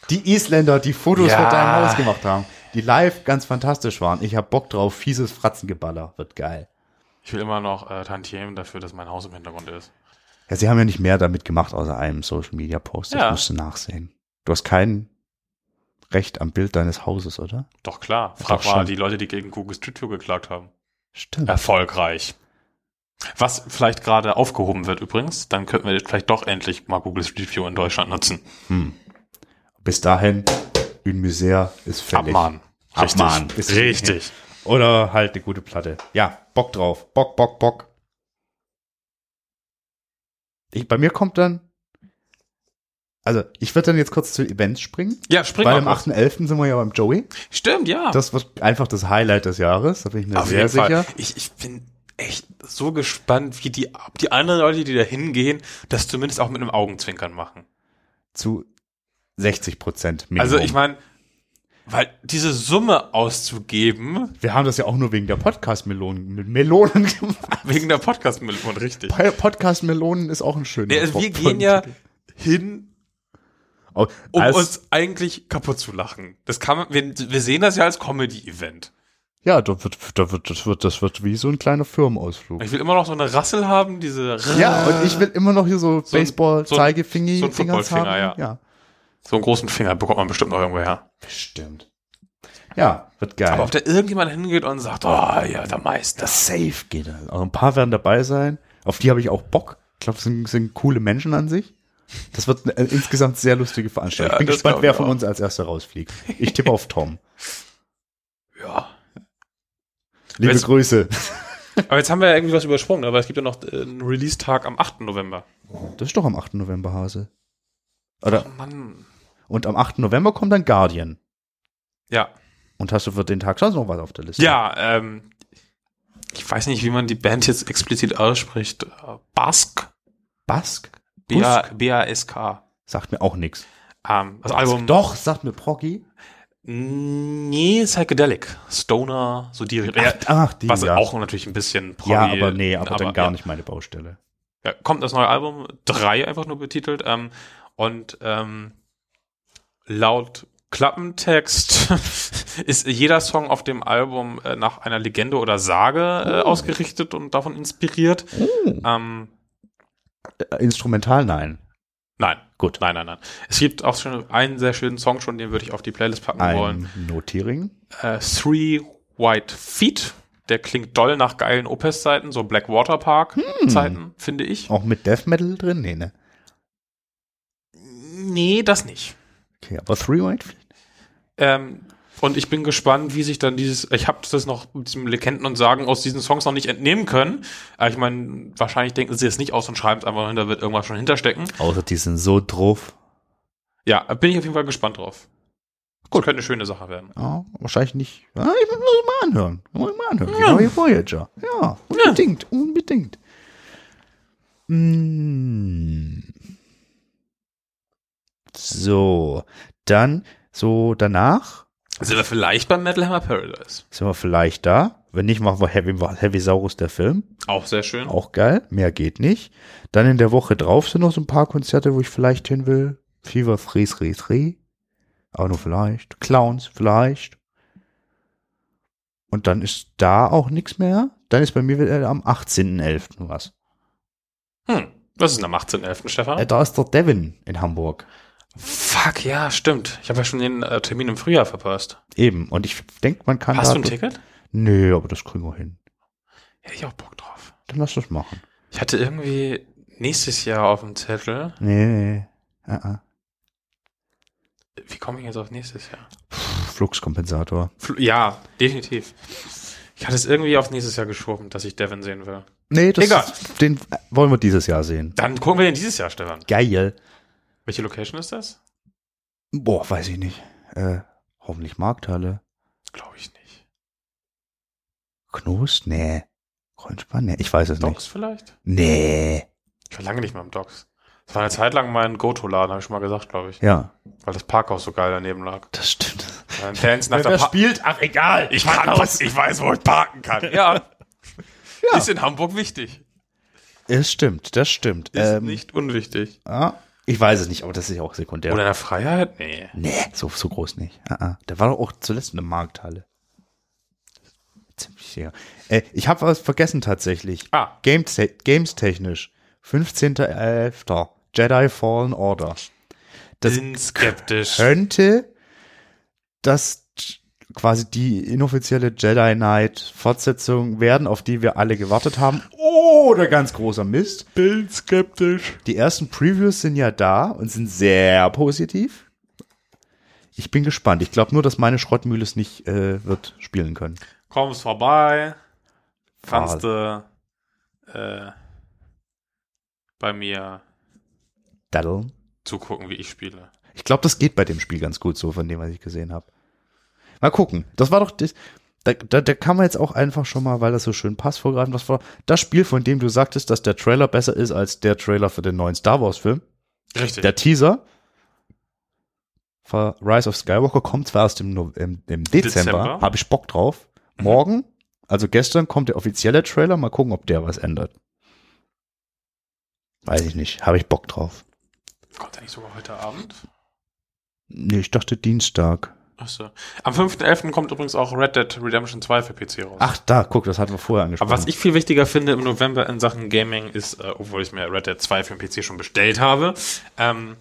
Die Isländer, die Fotos Ja. von deinem Haus gemacht haben, die live ganz fantastisch waren. Ich hab Bock drauf, fieses Fratzengeballer, wird geil. Ich will immer noch äh, Tantiemen dafür, dass mein Haus im Hintergrund ist. Ja, sie haben ja nicht mehr damit gemacht, außer einem Social Media Post. Das Ja. musst du nachsehen. Du hast kein Recht am Bild deines Hauses, oder? Doch klar. Ja, Frag doch mal schon. die Leute, die gegen Google Street View geklagt haben. Stimmt. Erfolgreich. Was vielleicht gerade aufgehoben wird übrigens, dann könnten wir vielleicht doch endlich mal Google Street View in Deutschland nutzen. Hm. Bis dahin, une misère ist fällig. Abmahnen. Richtig. Abmahnen. Ist- Richtig. Oder halt eine gute Platte. Ja, Bock drauf. Bock, Bock, Bock. Ich, bei mir kommt dann. Also, ich würde dann jetzt kurz zu Events springen. Ja, spring Weil mal. am kurz. 8.11. sind wir ja beim Joey. Stimmt, ja. Das wird einfach das Highlight des Jahres. Da bin ich mir Auf sehr jeden sicher. Fall. Ich, ich bin echt so gespannt, wie die, ob die anderen Leute, die da hingehen, das zumindest auch mit einem Augenzwinkern machen. Zu 60 Prozent Minimum. Also ich meine, weil diese Summe auszugeben, wir haben das ja auch nur wegen der Podcast-Melonen mit Melonen gemacht. wegen der Podcast-Mikrofon, richtig. Podcast-Melonen ist auch ein schöner Nee, also wir Wort- gehen ja hin, Oh, um als- uns eigentlich kaputt zu lachen. Das kann man, wir, wir sehen das ja als Comedy-Event. Ja, da wird, da wird, das wird, das wird wie so ein kleiner Firmenausflug. Ich will immer noch so eine Rassel haben, diese Ja, und ich will immer noch hier so, ein- Baseball, so ein- Zeigefinger, so ein Fingers haben. Footballfinger, ja. so einen großen Finger bekommt man bestimmt noch irgendwo her. Bestimmt. Ja, wird geil. Aber ob da irgendjemand hingeht und sagt, oh ja, der Meister. safe geht das. Also ein paar werden dabei sein. Auf die habe ich auch Bock. Ich glaube, das sind, sind coole Menschen an sich. Das wird eine äh, insgesamt sehr lustige Veranstaltung. Ja, ich bin das gespannt, glaub wer ich von auch. uns als erster rausfliegt. Ich tippe auf Tom. Ja. Liebe Jetzt- Grüße. Aber jetzt haben wir ja irgendwie was übersprungen, aber es gibt ja noch äh, einen Release-Tag am 8. November. Das ist doch am 8. November, Hase. Oder, Oh Mann. und am 8. November kommt dann Guardian. Ja. Und hast du für den Tag sonst noch was auf der Liste? Ja, ähm, ich weiß nicht, wie man die Band jetzt explizit ausspricht. Äh, Bask? Bask? B-A- B-A-S-K. Sagt mir auch nichts. Ähm, das Album. Doch, sagt mir Proggy. Nee, Psychedelic. Stoner, so die. Ja, Ach, die, was ja. auch natürlich ein bisschen ja, Proggy- aber nee, aber, dann gar ja. nicht meine Baustelle. Ja, kommt das neue Album, drei einfach nur betitelt. Ähm, und ähm, laut Klappentext ist jeder Song auf dem Album äh, nach einer Legende oder Sage äh, ausgerichtet und davon inspiriert. Ähm, Äh, Instrumental, nein. nein. Gut. Nein, nein, nein. Es gibt auch schon einen sehr schönen Song schon, den würde ich auf die Playlist packen wollen. Ein Notering. Äh, Three White Feet. Der klingt doll nach geilen Opus-Zeiten, so Blackwater Park-Zeiten, finde ich. Auch mit Death Metal drin? Nee, ne? Nee, das nicht. Okay, aber Three White Fleet? Ähm, und ich bin gespannt, wie sich dann dieses, ich habe das noch mit diesem Legenden und Sagen aus diesen Songs noch nicht entnehmen können. Aber ich meine, wahrscheinlich denken sie es nicht aus und schreiben es einfach nur hin, da wird irgendwas schon hinterstecken. Außer die sind so drauf. Ja, bin ich auf jeden Fall gespannt drauf. Gut. Könnte eine schöne Sache werden. Ja, wahrscheinlich nicht. Ja, ich muss mal anhören. Muss ich mal anhören. Genau wie Voyager. Ja, unbedingt, unbedingt. Mm. So, dann so danach Sind wir vielleicht beim Metal Hammer Paradise? sind wir vielleicht da. Wenn nicht, machen wir Heavy, Heavy Saurus der Film. Auch sehr schön. Auch geil. Mehr geht nicht. Dann in der Woche drauf sind noch so ein paar Konzerte, wo ich vielleicht hin will. Fever Freeze, Freeze, Free. Aber nur vielleicht. Clowns, vielleicht. Und dann ist da auch nichts mehr. Dann ist bei mir wieder am 18.11. was. Hm. Was ist denn am 18.11., Stefan? Äh, da ist der Devin in Hamburg. Fuck, ja, stimmt. Ich habe ja schon den äh, Termin im Frühjahr verpasst. Eben. Und ich denke, man kann Hast da du ein Ticket? Nö, aber das kriegen wir hin. Hätte ich auch Bock drauf. Dann lass das machen. Ich hatte irgendwie nächstes Jahr auf dem Zettel. Nee, nee. nee. Ah, ah. Wie komme ich jetzt auf nächstes Jahr? Pff, Fluxkompensator. Fl- Ja, definitiv. Ich hatte es irgendwie auf nächstes Jahr geschoben, dass ich Devin sehen will. Nee, das, Egal. den äh, wollen wir dieses Jahr sehen. Dann gucken wir den dieses Jahr, Stefan. Geil. Welche Location ist das? Boah, weiß ich nicht. Äh, hoffentlich Markthalle. Glaube ich nicht. Knust? Nee. Grundspann? Nee, ich weiß es nicht. Docs vielleicht? Nee. Ich war lange nicht mehr im Docs. Das war eine Zeit lang mein Goto-Laden, habe ich schon mal gesagt, glaube ich. Ja, Weil das Parkhaus so geil daneben lag. das stimmt. Weil Fans nach der Wer Pa- spielt? Ach, egal. Ich kann das, ich weiß, wo ich parken kann. Ja. Ja. Ist in Hamburg wichtig. Es stimmt, das stimmt. Ist Ähm, nicht unwichtig. Ja, ich weiß es nicht, aber das ist ja auch sekundär. Oder in der Freiheit? Nee. nee, so, so groß nicht. Ah, ah. Da war doch auch zuletzt eine Markthalle. Ziemlich sicher. Äh, ich habe was vergessen tatsächlich. Ah. Games, games technisch. 15.11. Jedi Fallen Order. Das Bin skeptisch. könnte das quasi die inoffizielle Jedi Knight Fortsetzung werden, auf die wir alle gewartet haben. Oder ganz großer Mist. Bin skeptisch. Die ersten Previews sind ja da und sind sehr positiv. Ich bin gespannt. Ich glaube nur, dass meine Schrottmühle es nicht äh, wird spielen können. Kommst vorbei. Kannst du äh, bei mir Daddle. zugucken, wie ich spiele. Ich glaube, das geht bei dem Spiel ganz gut so, von dem, was ich gesehen habe. Mal gucken. Das war doch das. Da, da, da kann man jetzt auch einfach schon mal, weil das so schön passt, vorgreifen. Das war das Spiel, von dem du sagtest, dass der Trailer besser ist als der Trailer für den neuen Star Wars-Film. Richtig. Der Teaser für Rise of Skywalker kommt zwar erst im, No- im, im Dezember, Dezember. habe ich Bock drauf. Morgen, also gestern, kommt der offizielle Trailer. Mal gucken, ob der was ändert. Weiß ich nicht. Habe ich Bock drauf. Kommt er nicht sogar heute Abend? Nee, ich dachte Dienstag. Achso. Am 5.11. kommt übrigens auch Red Dead Redemption 2 für PC raus. Ach, da, guck, das hatten wir vorher Aber angesprochen. was ich viel wichtiger finde im November in Sachen Gaming ist, äh, obwohl ich mir Red Dead 2 für den PC schon bestellt habe, ähm,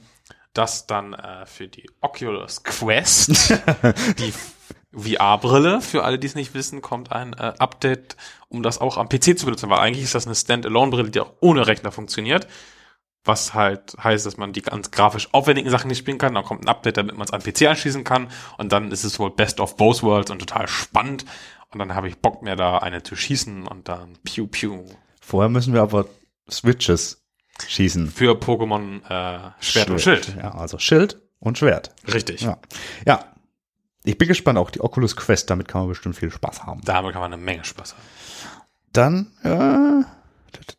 dass dann äh, für die Oculus Quest, die VR-Brille, für alle, die es nicht wissen, kommt ein äh, Update, um das auch am PC zu benutzen, weil eigentlich ist das eine Standalone-Brille, die auch ohne Rechner funktioniert. Was halt heißt, dass man die ganz grafisch aufwendigen Sachen nicht spielen kann. Dann kommt ein Update, damit man es an den PC anschließen kann. Und dann ist es wohl Best of Both Worlds und total spannend. Und dann habe ich Bock mehr da eine zu schießen und dann Piu Piu. Vorher müssen wir aber Switches schießen. Für Pokémon äh, Schwert und Schild. Ja, also Schild und Schwert. Richtig. Ja. ja. Ich bin gespannt, auch die Oculus Quest, damit kann man bestimmt viel Spaß haben. Damit kann man eine Menge Spaß haben. Dann,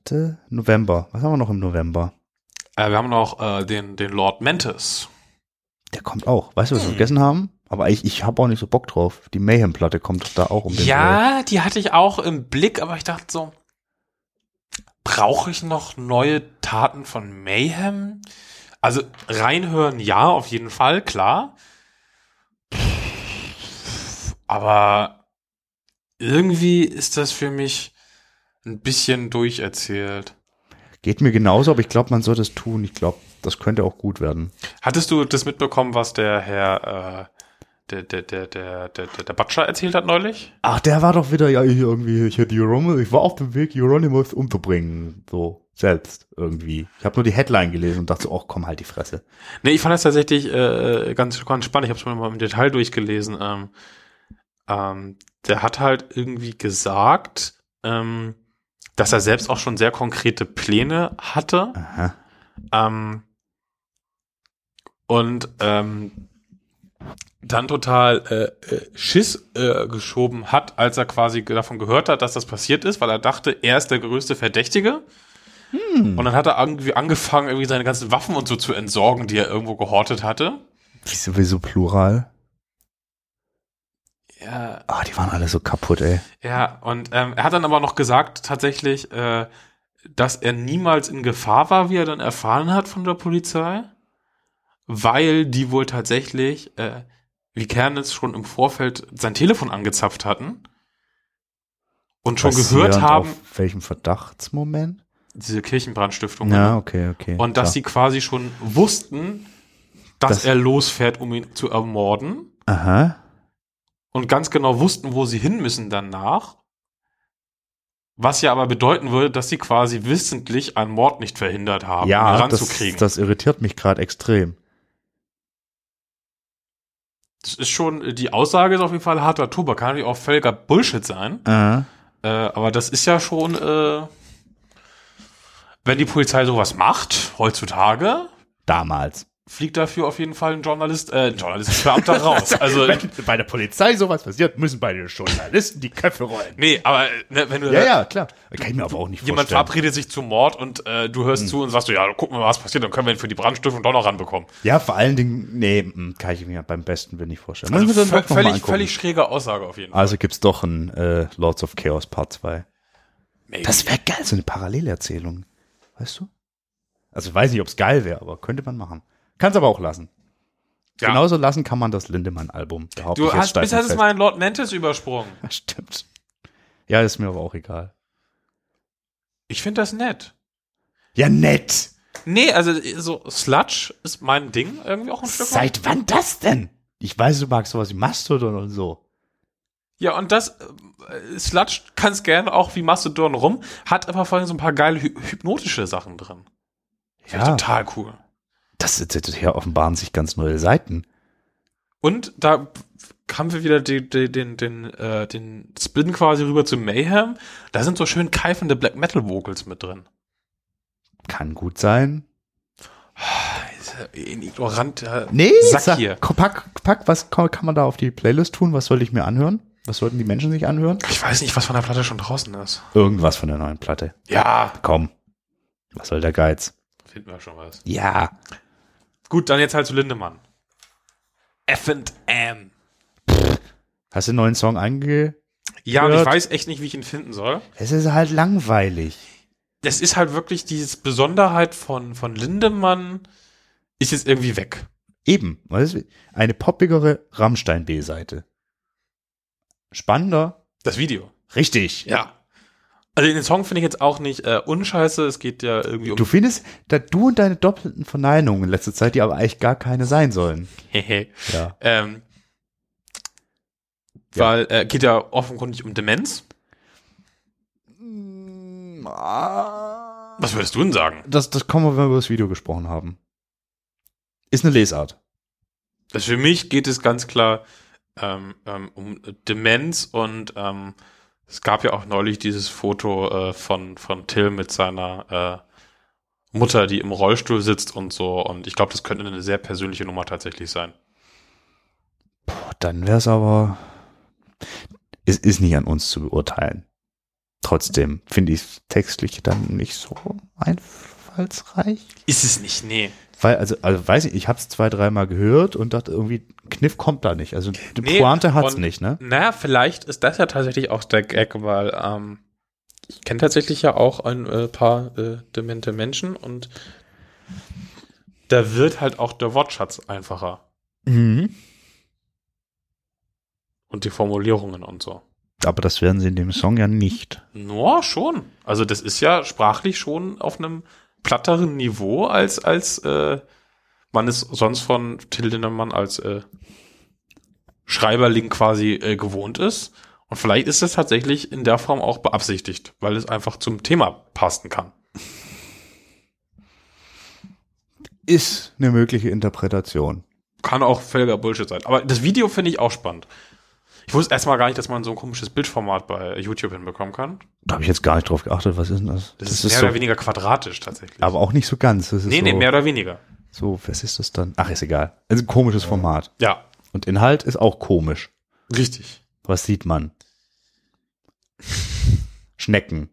äh, November. Was haben wir noch im November? Äh, wir haben noch äh, den, den Lord Mantis. Der kommt auch. Weißt du, Hm. was wir vergessen haben? Aber ich, ich habe auch nicht so Bock drauf. Die Mayhem-Platte kommt doch da auch um den Dreh. Ja, die hatte ich auch im Blick, aber ich dachte so, brauche ich noch neue Taten von Mayhem? Also reinhören, ja, auf jeden Fall, klar. Aber irgendwie ist das für mich ein bisschen durcherzählt. Geht mir genauso, aber ich glaube, man sollte es tun. Ich glaube, das könnte auch gut werden. Hattest du das mitbekommen, was der Herr, äh, der, der, der, der, der, der Butcher erzählt hat neulich? Ach, der war doch wieder, ja, ich irgendwie, ich hätte Euronymous, ich war auf dem Weg, Euronymous umzubringen. So, selbst irgendwie. Ich habe nur die Headline gelesen und dachte so, ach komm, halt die Fresse. Nee, ich fand das tatsächlich äh, ganz, ganz spannend. Ich habe es mir mal im Detail durchgelesen. Ähm, ähm, der hat halt irgendwie gesagt, ähm, dass er selbst auch schon sehr konkrete Pläne hatte. Aha. Ähm, und ähm, dann total äh, äh, Schiss äh, geschoben hat, als er quasi ge- davon gehört hat, dass das passiert ist, weil er dachte, er ist der größte Verdächtige. Hm. Und dann hat er irgendwie angefangen, irgendwie seine ganzen Waffen und so zu entsorgen, die er irgendwo gehortet hatte. Wieso, wieso plural? Ja, Ah, die waren alle so kaputt, ey. ja und ähm, er hat dann aber noch gesagt, tatsächlich, äh, dass er niemals in Gefahr war, wie er dann erfahren hat von der Polizei, weil die wohl tatsächlich, äh, wie Kernitz schon im Vorfeld sein Telefon angezapft hatten und schon gehört Basierend haben, Auf welchem Verdachtsmoment? diese Kirchenbrandstiftung, Ja, okay, okay. und dass Klar. sie quasi schon wussten, dass Das- er losfährt, um ihn zu ermorden. Aha. und ganz genau wussten, wo sie hin müssen danach. Was ja aber bedeuten würde, dass sie quasi wissentlich einen Mord nicht verhindert haben, um ihn ja, das, heranzukriegen. Das, das irritiert mich gerade extrem. ist schon, die Aussage ist auf jeden Fall harter Tobak. Kann natürlich auch völliger Bullshit sein. Äh. Äh, aber das ist ja schon, äh, wenn die Polizei sowas macht, heutzutage, Damals. fliegt dafür auf jeden Fall ein Journalist, äh, ein Journalist, ein Beamter raus. Also, bei der Polizei sowas passiert, müssen bei den Journalisten die Köpfe rollen. nee, aber äh, ne, wenn du Ja, ja, klar. Kann ich mir aber auch nicht Jemand vorstellen. Hm. verabredet sich zum Mord und äh, du hörst zu und sagst so, ja, gucken wir mal, was passiert, dann können wir ihn für die Brandstiftung doch noch ranbekommen. Ja, vor allen Dingen, nee, mm, kann ich mir beim besten Willen nicht vorstellen. Müssen wir Also dann vö- doch noch mal völlig, angucken. völlig schräge Aussage auf jeden Fall. also gibt's doch ein äh, Lords of Chaos Part 2. Maybe. Das wäre geil, so eine Parallelerzählung. Weißt du? Also ich weiß nicht, ob's geil wäre, aber könnte man machen. Kann's aber auch lassen. Ja. Genauso lassen kann man das Lindemann-Album. behaupte du Ah, ich jetzt hast, steif bis und hast du fest. mal einen Lord Mantis übersprungen. Ja, Stimmt. Ja, ist mir aber auch egal. Ich finde das nett. Ja, nett. Nee, also so Sludge ist mein Ding irgendwie auch ein Stück weit. Seit wann das denn? Ich weiß, du magst sowas wie Mastodon und so. Ja, und das äh, Sludge kann es gerne auch wie Mastodon rum, hat aber vor allem so ein paar geile hy hypnotische Sachen drin. Finde ich total cool. Das jetzt hier offenbaren sich ganz neue Seiten. Und da haben wir wieder die, die, den, den, äh, den Spin quasi rüber zu Mayhem. Da sind so schön keifende Black Metal Vocals mit drin. Kann gut sein. Ein ignoranter Nee, Sack sag- hier. ko- Pack, pack, was kann, kann man da auf die Playlist tun? Was soll ich mir anhören? Was sollten die Menschen sich anhören? Ich weiß nicht, was von der Platte schon draußen ist. Irgendwas von der neuen Platte. Ja, Komm. Was soll der Geiz? finden wir schon was. Ja. Gut, dann jetzt halt zu Lindemann. F&M. Hast du einen neuen Song ange... Ja, und ich Gehört. weiß echt nicht, wie ich ihn finden soll. Es ist halt langweilig. Das ist halt wirklich diese Besonderheit von, von Lindemann ist jetzt irgendwie weg. Eben. Weißt du, Eine poppigere Rammstein-B-Seite. Spannender. Das Video. Richtig. Ja. Also den Song finde ich jetzt auch nicht äh, unscheiße. Es geht ja irgendwie um. Du findest, da du und deine doppelten Verneinungen in letzter Zeit, die aber eigentlich gar keine sein sollen. Ja. ähm, Ja. Weil äh, geht ja offenkundig um Demenz. Was würdest du denn sagen? Das, das kommen wir, wenn wir über das Video gesprochen haben. Ist eine Lesart. Also für mich geht es ganz klar ähm, ähm, um Demenz und ähm, es gab ja auch neulich dieses Foto äh, von, von Till mit seiner äh, Mutter, die im Rollstuhl sitzt und so. Und ich glaube, das könnte eine sehr persönliche Nummer tatsächlich sein. Boah, Oh, dann wäre es aber. Es ist nicht an uns zu beurteilen. Trotzdem finde ich es textlich dann nicht so einfallsreich. Ist es nicht, nee. Weil, also, also weiß ich, ich habe es zwei, dreimal gehört und dachte irgendwie, Kniff kommt da nicht. Also die Nee, Pointe hat es und- nicht, ne? Naja, vielleicht ist das ja tatsächlich auch der Gag, weil ähm, ich kenne tatsächlich ja auch ein äh, paar äh, demente Menschen und da wird halt auch der Wortschatz einfacher Mhm. und die Formulierungen und so. Aber das werden sie in dem Song ja nicht. No, schon. Also das ist ja sprachlich schon auf einem platteren Niveau, als, als äh, man es sonst von Till Lindemann als äh, Schreiberling quasi äh, gewohnt ist. Und vielleicht ist das tatsächlich in der Form auch beabsichtigt, weil es einfach zum Thema passen kann. Ist eine mögliche Interpretation. Kann auch völliger Bullshit sein. Aber das Video finde ich auch spannend. Ich wusste erstmal gar nicht, dass man so ein komisches Bildformat bei YouTube hinbekommen kann. Da habe ich jetzt gar nicht drauf geachtet, was ist denn das? Das, ist, mehr so, oder weniger quadratisch tatsächlich. aber auch nicht so ganz. Das ist nee, so, nee, mehr oder weniger. so, was ist das dann? Ach, ist egal. Also ein komisches Format. Ja, Und Inhalt ist auch komisch. richtig. Was sieht man? Schnecken,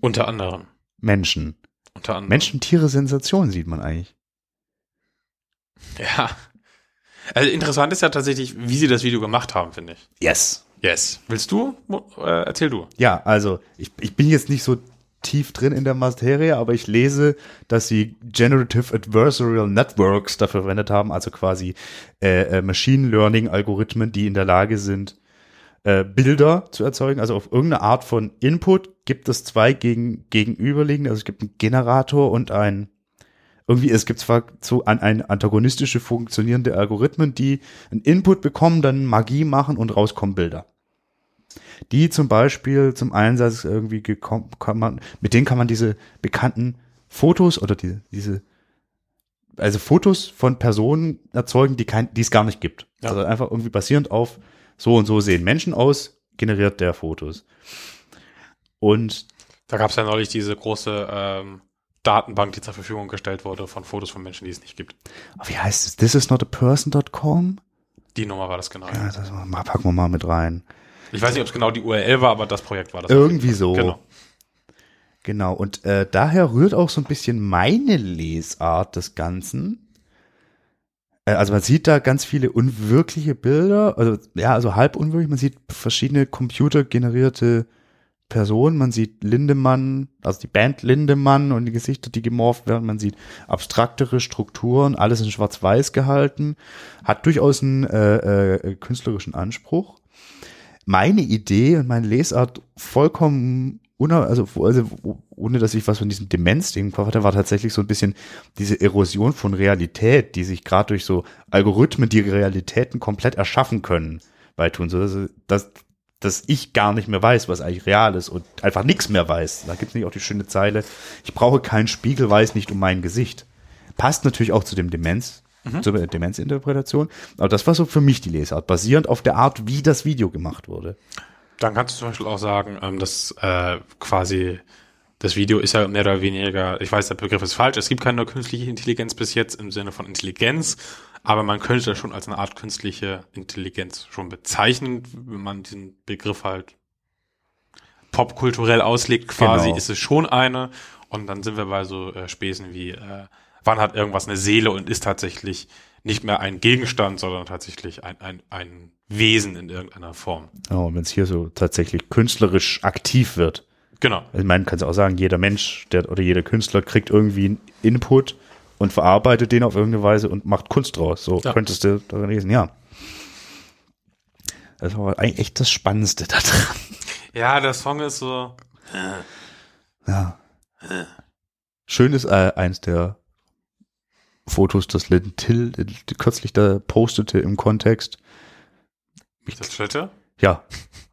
Unter anderem. Menschen. Unter anderem. Menschen, Tiere, Sensationen sieht man eigentlich. Ja. Also interessant ist ja tatsächlich, wie sie das Video gemacht haben, finde ich. Yes. Yes. Willst du? Mo- Äh, erzähl du. Ja, also ich, ich bin jetzt nicht so tief drin in der Materie, aber ich lese, dass sie Generative Adversarial Networks dafür verwendet haben, also quasi äh, äh, Machine Learning Algorithmen, die in der Lage sind, äh, Bilder zu erzeugen. Also auf irgendeine Art von Input gibt es zwei gegen, gegenüberliegende, also es gibt einen Generator und ein irgendwie, es gibt zwar zu, an, ein antagonistische funktionierende Algorithmen, die einen Input bekommen, dann Magie machen und rauskommen Bilder die zum Beispiel zum Einsatz irgendwie gekommen, kann man, mit denen kann man diese bekannten Fotos oder die, diese, also Fotos von Personen erzeugen, die kein, die es gar nicht gibt. Ja. Also einfach irgendwie basierend auf so und so sehen Menschen aus, generiert der Fotos. Und Da gab es ja neulich diese große ähm, Datenbank, die zur Verfügung gestellt wurde von Fotos von Menschen, die es nicht gibt. oh, wie heißt es? This is not a person.com? Die Nummer war das genau. Ja, das mal, packen wir mal mit rein. Ich weiß nicht, ob es genau die URL war, aber das Projekt war das. Irgendwie so. Genau. Genau, und äh, daher rührt auch so ein bisschen meine Lesart des Ganzen. Äh, also man sieht da ganz viele unwirkliche Bilder, also ja, also halb unwirklich, man sieht verschiedene computergenerierte Personen, man sieht Lindemann, also die Band Lindemann und die Gesichter, die gemorpht werden, man sieht abstraktere Strukturen, alles in schwarz-weiß gehalten, hat durchaus einen äh, äh, künstlerischen Anspruch meine Idee und meine Lesart vollkommen uner- also, wo- also wo- ohne dass ich was von diesem Demenzding drauf hatte, war tatsächlich so ein bisschen diese Erosion von Realität, die sich gerade durch so Algorithmen, die Realitäten komplett erschaffen können, weit tun. So, dass, dass, dass ich gar nicht mehr weiß, was eigentlich real ist und einfach nichts mehr weiß. Da gibt es nicht auch die schöne Zeile, ich brauche keinen Spiegel, weiß nicht um mein Gesicht. Passt natürlich auch zu dem Demenz, zur Demenzinterpretation. Aber das war so für mich die Lesart, basierend auf der Art, wie das Video gemacht wurde. Dann kannst du zum Beispiel auch sagen, ähm, dass äh, quasi das Video ist ja mehr oder weniger, ich weiß, der Begriff ist falsch, es gibt keine künstliche Intelligenz bis jetzt im Sinne von Intelligenz, aber man könnte das schon als eine Art künstliche Intelligenz schon bezeichnen, wenn man diesen Begriff halt popkulturell auslegt quasi, Genau. ist es schon eine und dann sind wir bei so äh, Späßen wie, äh, wann hat irgendwas eine Seele und ist tatsächlich nicht mehr ein Gegenstand, sondern tatsächlich ein, ein, ein Wesen in irgendeiner Form. Ja, und wenn es hier so tatsächlich künstlerisch aktiv wird, Genau. also man kann es auch sagen, jeder Mensch der, oder jeder Künstler kriegt irgendwie einen Input und verarbeitet den auf irgendeine Weise und macht Kunst draus. So Ja. könntest du darin lesen, ja. Das war eigentlich echt das Spannendste da dran. Ja, der Song ist so. Ja. Schön ist äh, eins der Fotos, das Lynn Till äh, kürzlich da postete im Kontext. Ist das Schlitte? Ja.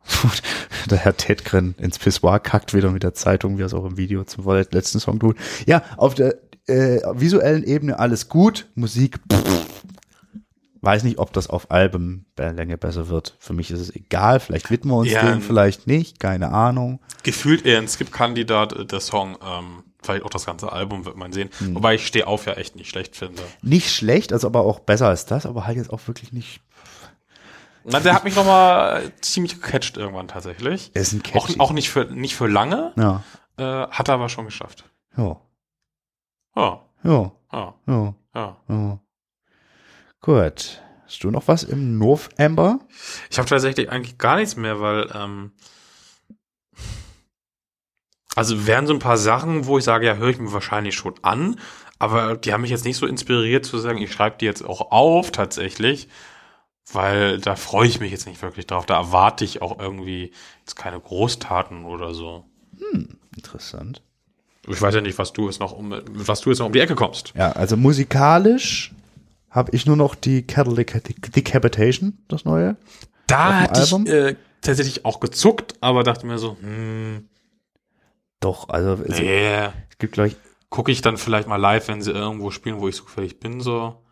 der Herr Tedgren ins Pissoir kackt wieder mit der Zeitung, wie er es auch im Video zum letzten Song tut. Ja, auf der äh, visuellen Ebene alles gut, Musik pff. weiß nicht, ob das auf Albenlänge besser wird. Für mich ist es egal, vielleicht widmen wir uns Ja, dem, vielleicht nicht, keine Ahnung. Gefühlt eher ein Skip-Kandidat, äh, der Song. Ähm, vielleicht auch das ganze Album wird man sehen. Wobei ich Steh auf ja echt nicht schlecht finde. Nicht schlecht, also aber auch besser als das, aber halt jetzt auch wirklich nicht. Na, der hat mich nochmal ziemlich gecatcht irgendwann tatsächlich. Er ist ein Auch, catchy. auch nicht für nicht für lange, Ja. äh, hat er aber schon geschafft. Ja. Ja, Ja. ja, Ja. ja. Ja. Gut. Hast du noch was im November? Ich habe tatsächlich eigentlich gar nichts mehr, weil ähm, also wären so ein paar Sachen, wo ich sage, ja, höre ich mir wahrscheinlich schon an, aber die haben mich jetzt nicht so inspiriert zu sagen, ich schreibe die jetzt auch auf tatsächlich, weil da freue ich mich jetzt nicht wirklich drauf. Da erwarte ich auch irgendwie jetzt keine Großtaten oder so. Interessant. Ich weiß ja nicht, was du jetzt noch um, mit was du jetzt noch um die Ecke kommst. Ja, also musikalisch habe ich nur noch die Catalytic Decapitation, das neue. Da Auf dem hatte ich Album? äh, tatsächlich auch gezuckt, aber dachte mir so, hm, Doch, also es, nee. es gibt, glaube ich, gucke ich dann vielleicht mal live, wenn sie irgendwo spielen, wo ich zufällig bin, so.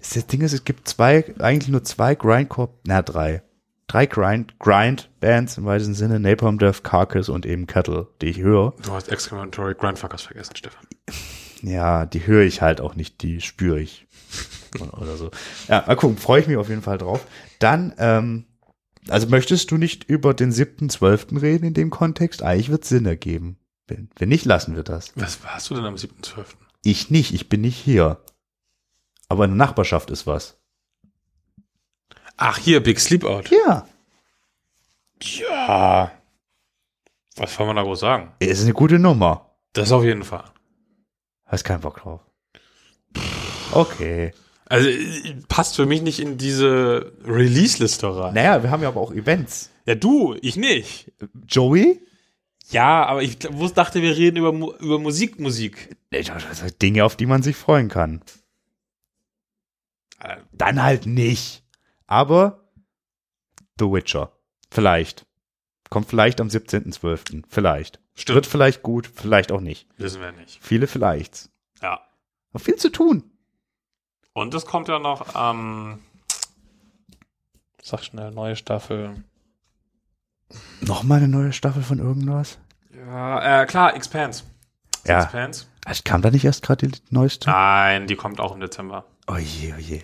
es- das Ding ist, es gibt zwei, eigentlich nur zwei Grindcore, na drei. Drei Grind, Grind-Bands im weitesten Sinne, Napalm Death, Carcass und eben Cattle, die ich höre. Du hast Exclamatory Grindfuckers vergessen, Stefan. Ja, die höre ich halt auch nicht, die spüre ich. Oder so. Ja, mal gucken, freue ich mich auf jeden Fall drauf. Dann, ähm, also möchtest du nicht über den 7.12. reden in dem Kontext? Eigentlich wird Sinn ergeben. Wenn, wenn nicht, lassen wir das. Was warst du denn am 7.12.? Ich nicht, ich bin nicht hier. Aber in der Nachbarschaft ist was. Ach, hier, Big Sleepout. Ja. Ja. Was soll man da groß sagen? Ist eine gute Nummer. Das auf jeden Fall. Hast keinen Bock drauf. Okay. Also, äh, passt für mich nicht in diese Release-Liste rein. Naja, wir haben ja aber auch Events. Ja, du, ich nicht. Joey? Ja, aber ich gl- wus- dachte, wir reden über, Mu- über Musik, Musik. Nee, Äh, das sind Dinge, auf die man sich freuen kann. Äh, Dann halt nicht. Aber The Witcher. Vielleicht. Kommt vielleicht am 17.12. Vielleicht. Wird Stimmt. vielleicht gut, vielleicht auch nicht. Wissen wir nicht. Viele vielleicht. Ja. Noch viel zu tun. Und es kommt ja noch ähm, am. sag schnell, neue Staffel. Nochmal eine neue Staffel von irgendwas? Ja, äh, klar, Expanse. Ja. Expanse? Also kam da nicht erst gerade die neueste? Ah. Nein, die kommt auch im Dezember. Oh je, oh je.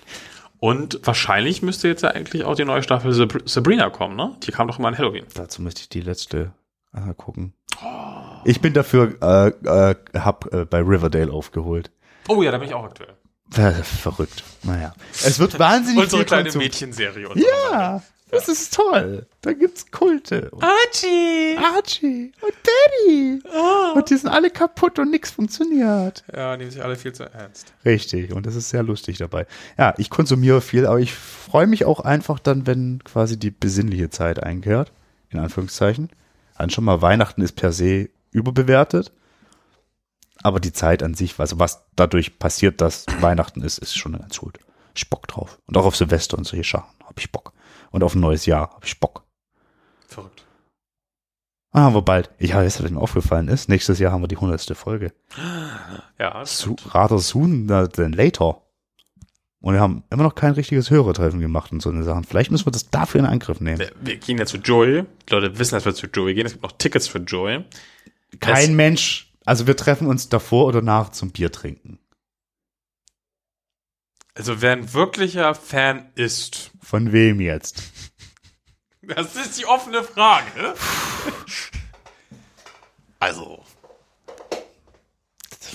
Und wahrscheinlich müsste jetzt ja eigentlich auch die neue Staffel Sab- Sabrina kommen, ne? Die kam doch immer an Halloween. Dazu müsste ich die letzte angucken. Oh. Ich bin dafür, äh, äh, hab äh, bei Riverdale aufgeholt. Oh ja, da bin ich auch aktuell. Äh, Verrückt. Naja. Es wird wahnsinnig Unsere kleine Konsum- Mädchenserie. Und Ja, das ist toll. Da gibt's Kulte. Und Archie! Archie und Daddy. Ah. Und die sind alle kaputt und nichts funktioniert. Ja, nehmen sich alle viel zu ernst. Richtig, und das ist sehr lustig dabei. Ja, ich konsumiere viel, aber ich freue mich auch einfach dann, wenn quasi die besinnliche Zeit einkehrt, in Anführungszeichen. an schon mal Weihnachten ist per se überbewertet. Aber die Zeit an sich, also was dadurch passiert, dass Weihnachten ist, ist schon ganz gut. Ich Bock drauf. Und auch auf Silvester und solche Sachen habe ich Bock. Und auf ein neues Jahr habe ich Bock. Verrückt. Ah, aber bald. Ja, jetzt, was mir aufgefallen ist, nächstes Jahr haben wir die 100. Folge. Ja, das Su rather soon than later. Und wir haben immer noch kein richtiges Hörertreffen gemacht und so eine Sachen. Vielleicht müssen wir das dafür in Angriff nehmen. wir, wir gehen ja zu Joy. Die Leute wissen, dass wir zu Joy gehen. Es gibt noch Tickets für Joy. Kein Mensch. Also wir treffen uns davor oder nach zum Bier trinken. Also wer ein wirklicher Fan ist, Von wem jetzt? das ist die offene Frage. also.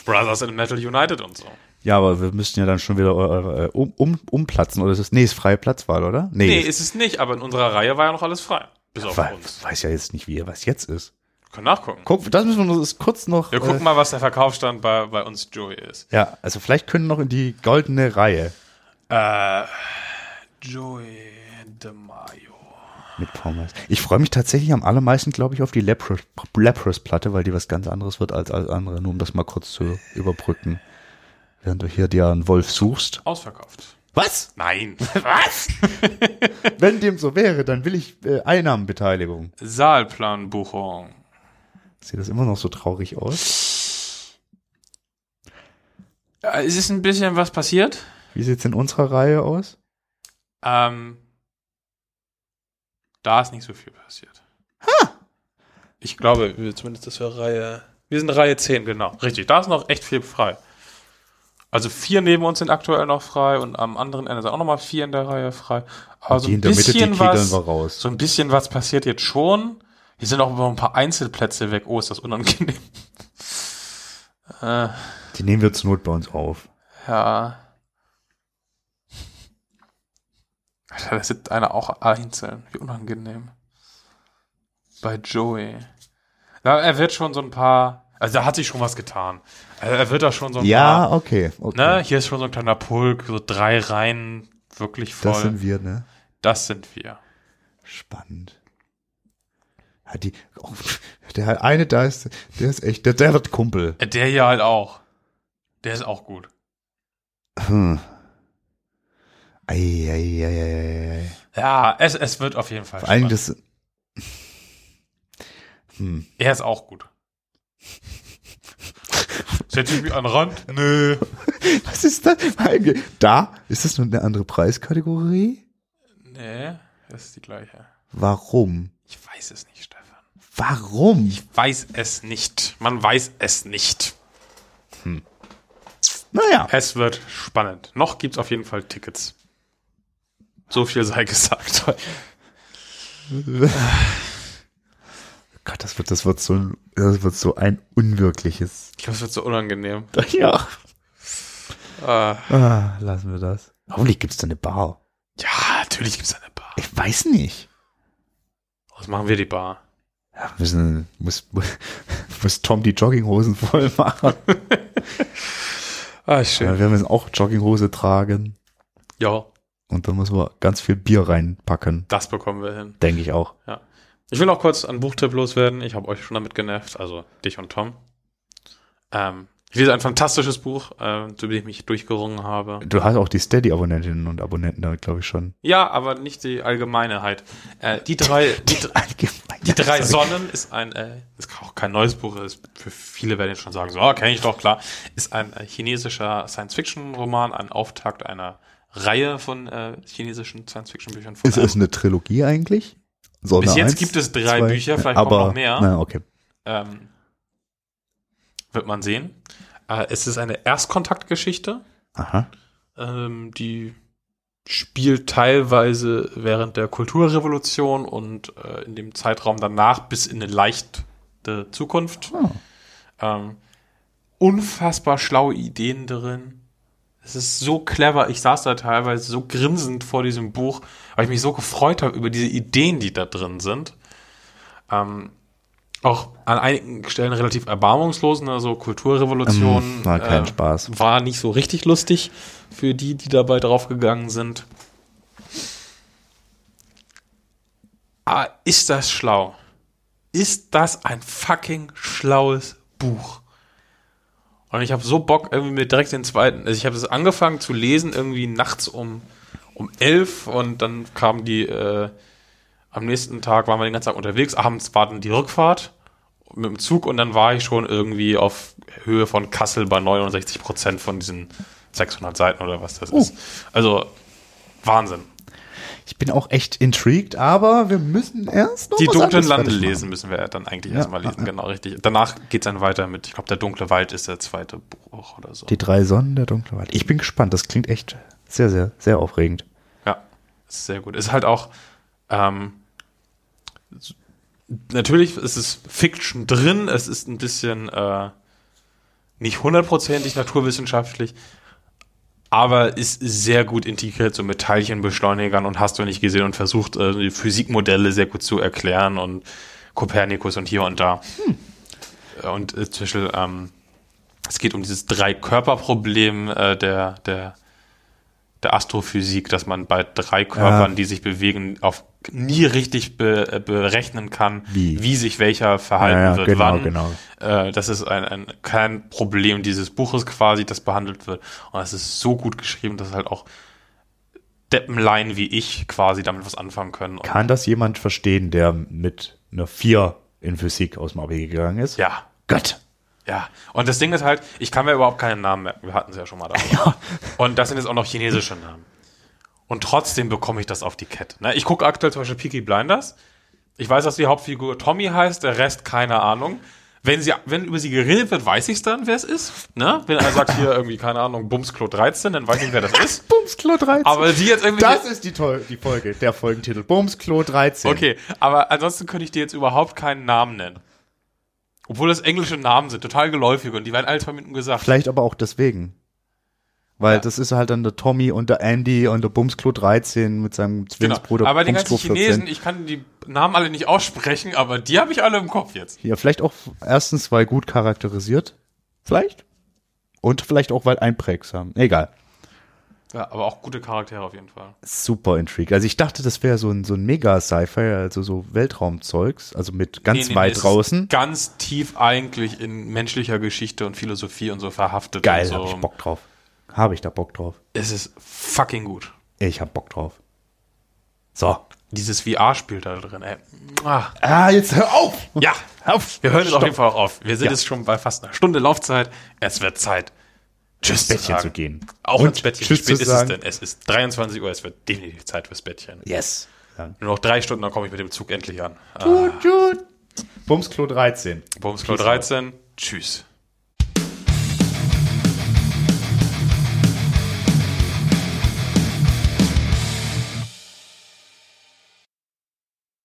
Brothers in Metal United und so. Ja, aber wir müssten ja dann schon wieder äh, äh, um, um, umplatzen. Oder ist es, nee, ist freie Platzwahl, oder? Nee, Nee, ist ist, es nicht, aber in unserer Reihe war ja noch alles frei. Bis auf weil, uns. weiß ja jetzt nicht, wie was jetzt ist. Wir können nachgucken. Guck, das müssen wir uns kurz noch. Wir gucken äh, mal, was der Verkaufsstand bei, bei uns Joey ist. ja, also vielleicht können wir noch in die goldene Reihe Äh, Joey de Mayo. mit Pommes. Ich freue mich tatsächlich am allermeisten, glaube ich, auf die Lepros- Lepros-Platte, weil die was ganz anderes wird als, als andere, nur um das mal kurz zu überbrücken. Während du hier dir einen Wolf suchst. Ausverkauft. Was? Nein. Was? Wenn dem so wäre, dann will ich äh, Einnahmenbeteiligung. Saalplanbuchung. Sieht das immer noch so traurig aus? Äh, Es ist ein bisschen was passiert. Wie sieht's in unserer Reihe aus? Ähm, da ist nicht so viel passiert. Ha! Ich glaube, wir- zumindest das wäre Reihe. Wir sind Reihe 10, genau. Richtig, da ist noch echt viel frei. Also vier neben uns sind aktuell noch frei und am anderen Ende sind auch nochmal vier in der Reihe frei. Also die ein in der Mitte, die bisschen kegeln was, wir raus. so ein bisschen was passiert jetzt schon. Hier sind auch noch ein paar Einzelplätze weg. Oh, ist das unangenehm. äh, Die nehmen wir zur Not bei uns auf. ja. Alter, da sitzt einer auch einzeln. Wie unangenehm. Bei Joey. Na, er wird schon so ein paar. Also da hat sich schon was getan. Also, er wird da schon so ein Ja, okay. okay. paar. Ne? Hier ist schon so ein kleiner Pulk, so drei Reihen wirklich voll. das sind wir, ne? das sind wir. Spannend. Hat die, oh, der eine da ist, der ist echt, der, der wird Kumpel. Äh, Der hier halt auch. Der ist auch gut. Hm. Ei, ei, ei, ei, ei. Ja, es, es wird auf jeden Fall Vor allem spannend. das. Hm. Er ist auch gut. Setz ich mich an den Rand? Nö. Was ist das? Eigentlich- Da ist das nur eine andere Preiskategorie? Nee, das ist die gleiche. Warum? Ich weiß es nicht, Stefan. Warum? Weiß es nicht. Man weiß es nicht. Naja, Es wird spannend. Noch gibt's auf jeden Fall Tickets. So viel sei gesagt. Gott, das wird, das wird so, ein- das wird so ein unwirkliches. Ich glaube, es wird so unangenehm. Ja. Äh, Ah, lassen wir das. Hoffentlich gibt's da eine Bar. ja, natürlich gibt's eine Bar. Ich weiß nicht. Was machen wir die Bar? Ja, müssen, muss, muss Tom die Jogginghosen voll machen. Ah, Ja, schön. wir müssen auch Jogginghose tragen. Ja, Und dann müssen wir ganz viel Bier reinpacken. das bekommen wir hin. Denke ich auch. Ja. Ich will auch kurz einen Buchtipp loswerden. Ich habe euch schon damit genervt, also dich und Tom. Ähm, ich lese ein fantastisches Buch, äh, zu dem ich mich durchgerungen habe. Du hast auch die Steady-Abonnentinnen und Abonnenten damit, glaube ich, schon. Ja, aber nicht die Allgemeinheit. Äh, die drei, die, dr- Allgemein. die drei Sorry. Sonnen ist ein, äh, ist auch kein neues Buch, ist für viele werden jetzt schon sagen, so, ah, kenne ich doch, klar. Ist ein äh, chinesischer Science-Fiction-Roman, ein Auftakt einer Reihe von äh, chinesischen Science-Fiction-Büchern. von Ist es eine Trilogie eigentlich? Sonne Bis jetzt eins, gibt es drei zwei, ne, Bücher, vielleicht aber, kommt noch mehr. Na, okay. Ähm, wird man sehen. Äh, es ist eine Erstkontaktgeschichte, Aha. ähm, die spielt teilweise während der Kulturrevolution und äh, in dem Zeitraum danach bis in eine leichte Zukunft. Ah. Ähm, unfassbar schlaue Ideen drin. Es ist so clever. Ich saß da teilweise so grinsend vor diesem Buch, weil ich mich so gefreut habe über diese Ideen, die da drin sind. Ähm, auch an einigen Stellen relativ erbarmungslos, ne? so Kulturrevolution. äh, Ähm, war kein Spaß. War nicht so richtig lustig für die, die dabei draufgegangen sind. Ah, ist das schlau? ist das ein fucking schlaues Buch. Und ich habe so Bock, irgendwie mir direkt den zweiten. Also ich habe es angefangen zu lesen, irgendwie nachts um, um elf und dann kamen die, äh, am nächsten Tag waren wir den ganzen Tag unterwegs, abends war dann die Rückfahrt mit dem Zug und dann war ich schon irgendwie auf Höhe von Kassel bei 69 Prozent von diesen 600 Seiten oder was Uh. das ist. Also Wahnsinn. Oh, Ich bin auch echt intrigued, aber wir müssen erst noch Die was dunklen anderes Lande fertig machen. lesen müssen wir dann eigentlich Ja, erstmal lesen, genau richtig. Danach geht es dann weiter mit, ich glaube, der dunkle Wald ist der zweite Buch oder so. Die drei Sonnen der dunklen Wald. Ich bin gespannt. Das klingt echt sehr, sehr, sehr aufregend. Ja, ist sehr gut. Ist halt auch, ähm, s- natürlich ist es Fiction drin, es ist ein bisschen äh, nicht hundertprozentig naturwissenschaftlich, aber ist sehr gut integriert, so mit Teilchenbeschleunigern und hast du nicht gesehen und versucht, äh, die Physikmodelle sehr gut zu erklären und Kopernikus und hier und da. Äh, Und äh, zum Beispiel, ähm, es geht um dieses Drei-Körper-Problem äh, der, der der Astrophysik, dass man bei drei Körpern, die sich bewegen, auf nie richtig be, äh, berechnen kann, Wie? sich welcher verhalten Ja, ja, wird, genau, wann. genau. Äh, das ist ein, ein kein Problem dieses Buches quasi, das behandelt wird. Und es ist so gut geschrieben, dass halt auch Deppenlein wie ich quasi damit was anfangen können. Und, Kann das jemand verstehen, der mit einer 4 in Physik aus dem AB gegangen ist? ja, Gott. ja. Und das Ding ist halt, ich kann mir überhaupt keinen Namen merken. Wir hatten es ja schon mal da. Und das sind jetzt auch noch chinesische Namen. Und trotzdem bekomme ich das auf die Kette. Ne? Ich gucke aktuell zum Beispiel Peaky Blinders. Ich weiß, dass die Hauptfigur Tommy heißt, der Rest keine Ahnung. Wenn, sie, wenn über sie geredet wird, weiß ich es dann, wer es ist. Ne? Wenn er sagt hier irgendwie, keine Ahnung, Bumsklo 13, dann weiß ich, wer das ist. Bumsklo 13. Aber sie jetzt irgendwie. das ist die, Tol die Folge, der Folgentitel. Bumsklo 13. okay, aber ansonsten könnte ich dir jetzt überhaupt keinen Namen nennen. Obwohl das englische Namen sind, total geläufig und die werden alle zwei Minuten gesagt. Vielleicht aber auch deswegen. Weil das ist halt dann der Tommy und der Andy und der Bumsklo 13 mit seinem Zwillingsbruder Genau. Aber die Bumsklo ganzen 14. Chinesen, ich kann die Namen alle nicht aussprechen, aber die habe ich alle im Kopf jetzt. Ja, vielleicht auch erstens, weil gut charakterisiert. Vielleicht. Und vielleicht auch, weil einprägsam. Egal. Ja, aber auch gute Charaktere auf jeden Fall. Super Intrigue. Also ich dachte, das wäre so ein, so ein Mega-Sci-Fi, also so Weltraumzeugs, also mit ganz Nee, nee, nee, weit es ist draußen. Ganz tief eigentlich in menschlicher Geschichte und Philosophie und so verhaftet. Geil, und so. hab ich Bock drauf. Habe ich da Bock drauf. Es ist fucking gut. Ich hab Bock drauf. So. Dieses VR-Spiel da drin, ey. Mua. Ah, jetzt hör auf! Ja, Hör auf! wir hören jetzt auf Stopp. jeden Fall auch auf. Wir sind Ja. jetzt schon bei fast einer Stunde Laufzeit. Es wird Zeit, Tschüss zu Bettchen sagen. zu gehen. Auch Und ins Bettchen. Tschüss Wie spät zu ist sagen. es denn? Es ist 23 Uhr. Es wird definitiv Zeit fürs Bettchen. Yes. Dann. Nur noch drei Stunden, dann komme ich mit dem Zug endlich an. Ah, Tut, tut. Bumsklo 13. Bumsklo 13. Tschüss.